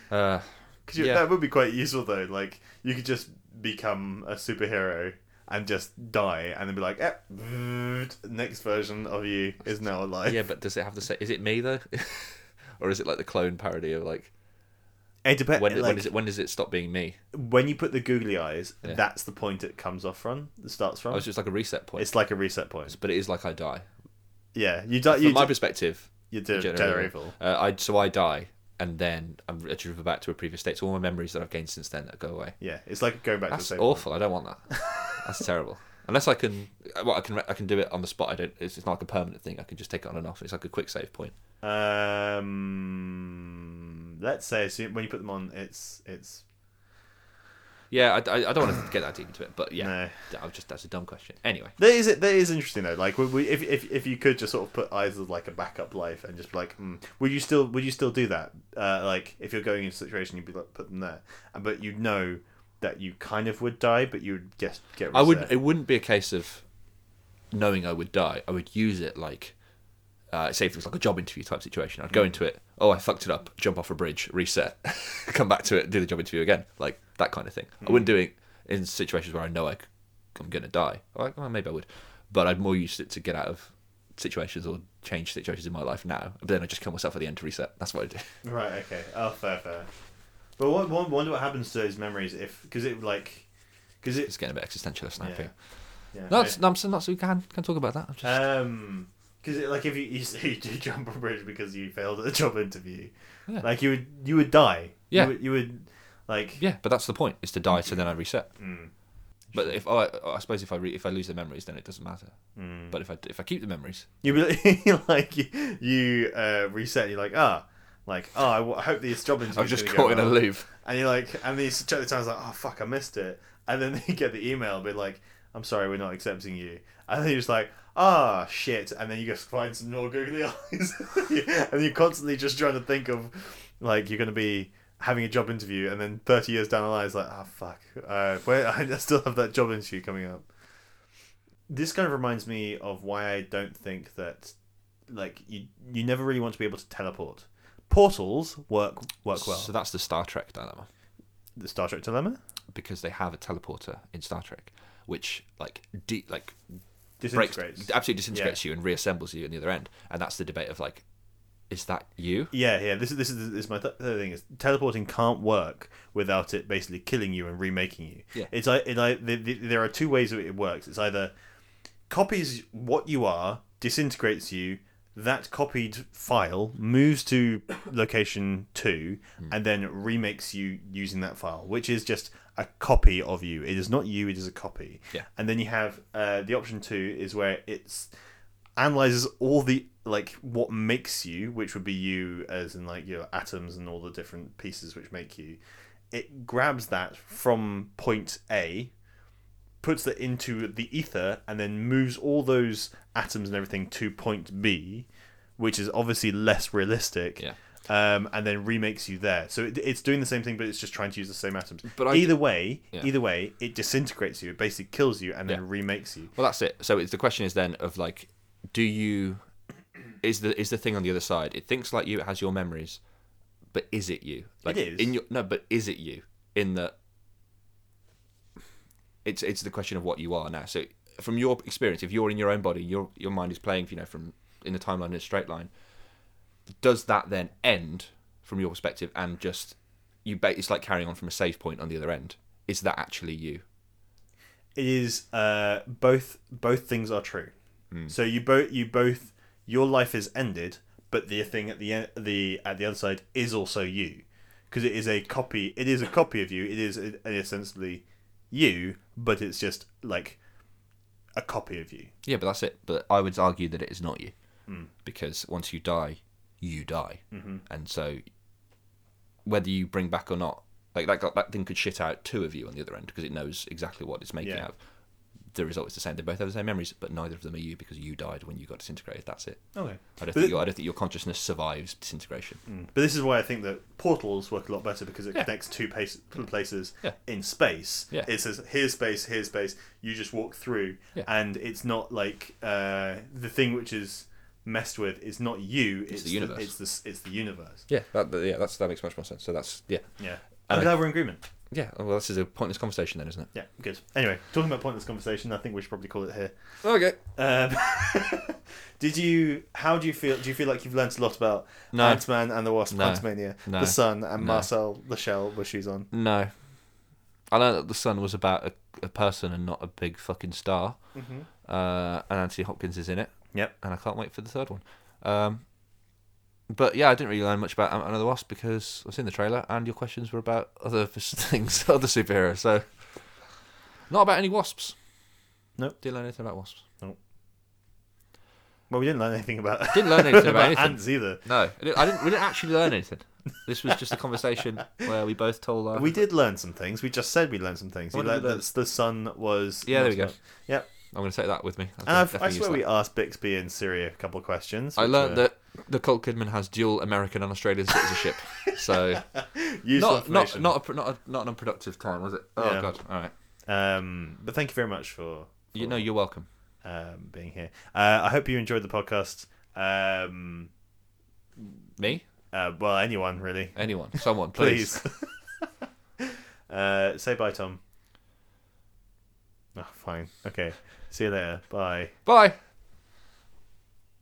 S2: Uh,
S1: 'Cause you-
S2: Yeah.
S1: That would be quite useful though. Like you could just become a superhero and just die, and then be like, eh, next version of you is now alive.
S2: yeah, but does it have the same? Is it me though, or is it like the clone parody of like
S1: it depends.
S2: when, when, is it, when does it stop being me?
S1: when you put the googly eyes,
S2: Yeah.
S1: that's the point it comes off from. It starts from.
S2: Oh, it's just like a reset point.
S1: It's like a reset point.
S2: but it is like I die.
S1: Yeah, you die. Uh, You
S2: From my
S1: di-
S2: perspective,
S1: you do
S2: generally,
S1: General Evil.
S2: Uh, I so I die, and then I'm driven back to a previous state. So all my memories that I've gained since then go away.
S1: Yeah, it's like going back to the
S2: That's
S1: same.
S2: awful. I don't want that. That's terrible. Unless I can, well, I can, I can do it on the spot. I don't. It's, it's not like a permanent thing. I can just take it on and off. It's like a quick save point.
S1: Um, let's say so when you put them on, it's it's
S2: Yeah, I, I, I don't want to get that deep into it, but yeah,
S1: No.
S2: I was just that's a dumb question. Anyway,
S1: that is that is interesting though. Like we, we, if, if if you could just sort of put eyes as like a backup life and just be like, mm, would you still would you still do that? Uh, like if you're going into a situation, you'd be like put them there, and but you know that you kind of would die, but you'd just get.
S2: I wouldn't.
S1: reset.
S2: It wouldn't be a case of knowing I would die. I would use it like, uh, say, if it was like a job interview type situation.
S1: Hmm.
S2: I'd go into it. Oh, I fucked it up. Jump off a bridge. Reset. come back to it. Do the job interview again. Like that kind of thing.
S1: Hmm.
S2: I wouldn't do it in situations where I know I, am gonna die. Like, well, maybe I would, but I'd more use it to get out of situations or change situations in my life now. But then I just kill myself at the end to reset. That's what I do.
S1: Right. Okay. Oh, fair, fair. But what, what wonder what happens to those memories if because it like because
S2: It's
S1: it
S2: getting a bit existentialist now.
S1: Yeah.
S2: Peter.
S1: yeah,
S2: No, it's, no, I'm so- not so we can can talk about that. I'm just,
S1: Um, because like if you you, say you do jump on a bridge because you failed at a job interview,
S2: Yeah.
S1: like you would you would die.
S2: Yeah.
S1: you would, you would like
S2: Yeah, but that's the point. Is to die,
S1: Mm.
S2: so then I reset. But if oh, I, I suppose if I re, if I lose the memories, then it doesn't matter.
S1: Mm.
S2: But if I if I keep the memories,
S1: you would like you, you uh, reset. You're like ah. Like oh, I, w- I hope this job interview.
S2: I'm just caught in a loop.
S1: and you're like, and then you check the times, like, oh fuck, I missed it, and then you get the email, be like, I'm sorry, we're not accepting you, and then you're just like, ah shit, and then you just find some more googly eyes, and you're constantly just trying to think of, like, you're gonna be having a job interview, and then 30 years down the line, it's like, oh fuck, uh, where I still have that job interview coming up. This kind of reminds me of why I don't think that, like, you you never really want to be able to teleport. Portals work work well.
S2: So that's the Star Trek dilemma
S1: the Star Trek dilemma.
S2: because they have a teleporter in Star Trek, which like de- like breaks
S1: disintegrates.
S2: absolutely disintegrates you and reassembles you at the other end. And that's the debate of like, is that you?
S1: Yeah, yeah. This is this is, this is my th- third thing is teleporting can't work without it basically killing you and remaking you.
S2: Yeah.
S1: It's like it, like the, the, there are two ways that it works. It's either copies what you are, disintegrates you. That copied file moves to location two and then remakes you using that file, which is just a copy of you. It is not you; it is a copy.
S2: Yeah.
S1: And then you have uh, the option two is where it's analyzes all the like what makes you, which would be you as in like your atoms and all the different pieces which make you. It grabs that from point A, puts that into the ether, and then moves all those atoms and everything to point B, which is obviously less realistic.
S2: Yeah.
S1: um, and then remakes you there. So it, it's doing the same thing, but it's just trying to use the same atoms.
S2: But I-
S1: either way,
S2: Yeah.
S1: either way, it disintegrates you. It basically kills you and then
S2: Yeah.
S1: remakes you.
S2: Well, that's it. So it's, the question is then of like, do you is the is the thing on the other side? It thinks like you. It has your memories, but is it you? Like
S1: is.
S2: in your no, but is it you? In the it's it's the question of what you are now. So from your experience, if you're in your own body, your your mind is playing, you know, from in the timeline in a straight line. Does that then end from your perspective and just you bet it's like carrying on from a save point on the other end? Is that actually you?
S1: it is uh, both both things are true. So you both you both your life is ended, but the thing at the end, the at the other side is also you, because it is a copy. It is a copy of you. It is uh, essentially you, but it's just like a copy of you.
S2: Yeah, but that's it. But I would argue that it is not you,
S1: Hmm.
S2: because once you die, you die, mm-hmm. and so whether you bring back or not, like that got, that thing could shit out two of you on the other end because it knows exactly what it's making
S1: Yeah.
S2: out. of. The result is the same. They both have the same memories, but neither of them are you because you died when you got disintegrated. That's it.
S1: Okay.
S2: I don't
S1: But- Hmm.
S2: think your, I don't think your consciousness survives disintegration.
S1: But this is why I think that portals work a lot better because it
S2: Yeah.
S1: connects two pace, places
S2: Yeah.
S1: in space.
S2: Yeah.
S1: It says here's space, here's space. You just walk through,
S2: Yeah.
S1: and it's not like uh, the thing which is messed with is not you. It's,
S2: the universe.
S1: it's the s- it's the universe.
S2: Yeah, that, yeah, that's that makes much more sense. So that's yeah,
S1: Yeah. I'm
S2: And I-
S1: glad we're in agreement.
S2: yeah. Well, this is a pointless conversation then, isn't it?
S1: Yeah, good. Anyway, talking about pointless conversation, I think we should probably call it here.
S2: Okay.
S1: Um, did you? How do you feel? Do you feel like you've learnt a lot about
S2: No.
S1: Ant-Man and the Wasp,
S2: No.
S1: Ant-Mania,
S2: No.
S1: the Sun, and
S2: No.
S1: Marcel the Shell with shoes on?
S2: No. I learned that the sun was about a, a person and not a big fucking star. Uh, and Anthony Hopkins is in it,
S1: Mm-hmm. Yep.
S2: and I can't wait for the third one. Um, but yeah, I didn't really learn much about Ant-Man and the Wasp because I was in the trailer, and your questions were about other things, other superheroes. So, not about any wasps.
S1: Nope.
S2: Didn't learn anything about wasps.
S1: Well, we didn't learn anything about
S2: Didn't learn anything about
S1: about
S2: anything.
S1: ants either.
S2: No, I didn't, I didn't. We didn't actually learn anything. This was just a conversation where we both told our
S1: We did learn some things. We just said we learned some things. You
S2: What did we
S1: learned
S2: learn?
S1: that the sun was.
S2: Yeah, there we go.
S1: Yep.
S2: I'm going to take that with me. I'm
S1: And
S2: gonna
S1: I've, I
S2: definitely use
S1: swear
S2: that.
S1: we asked Bixby and Siri a couple of questions.
S2: I
S1: which uh,
S2: learned
S1: were
S2: that the Colt Kidman has dual American and Australian citizenship. so
S1: useful
S2: not not
S1: information.
S2: not a, not a, not an unproductive time, was it? Oh
S1: Yeah.
S2: god. All right.
S1: Um, but thank you very much for,
S2: You know, you're welcome.
S1: um, being here. Uh, I hope you enjoyed the podcast. Um,
S2: Me?
S1: uh, well, anyone really,
S2: Anyone? Someone, please.
S1: please. uh, say bye, Tom. Oh, fine. Okay. See you later. Bye.
S2: Bye.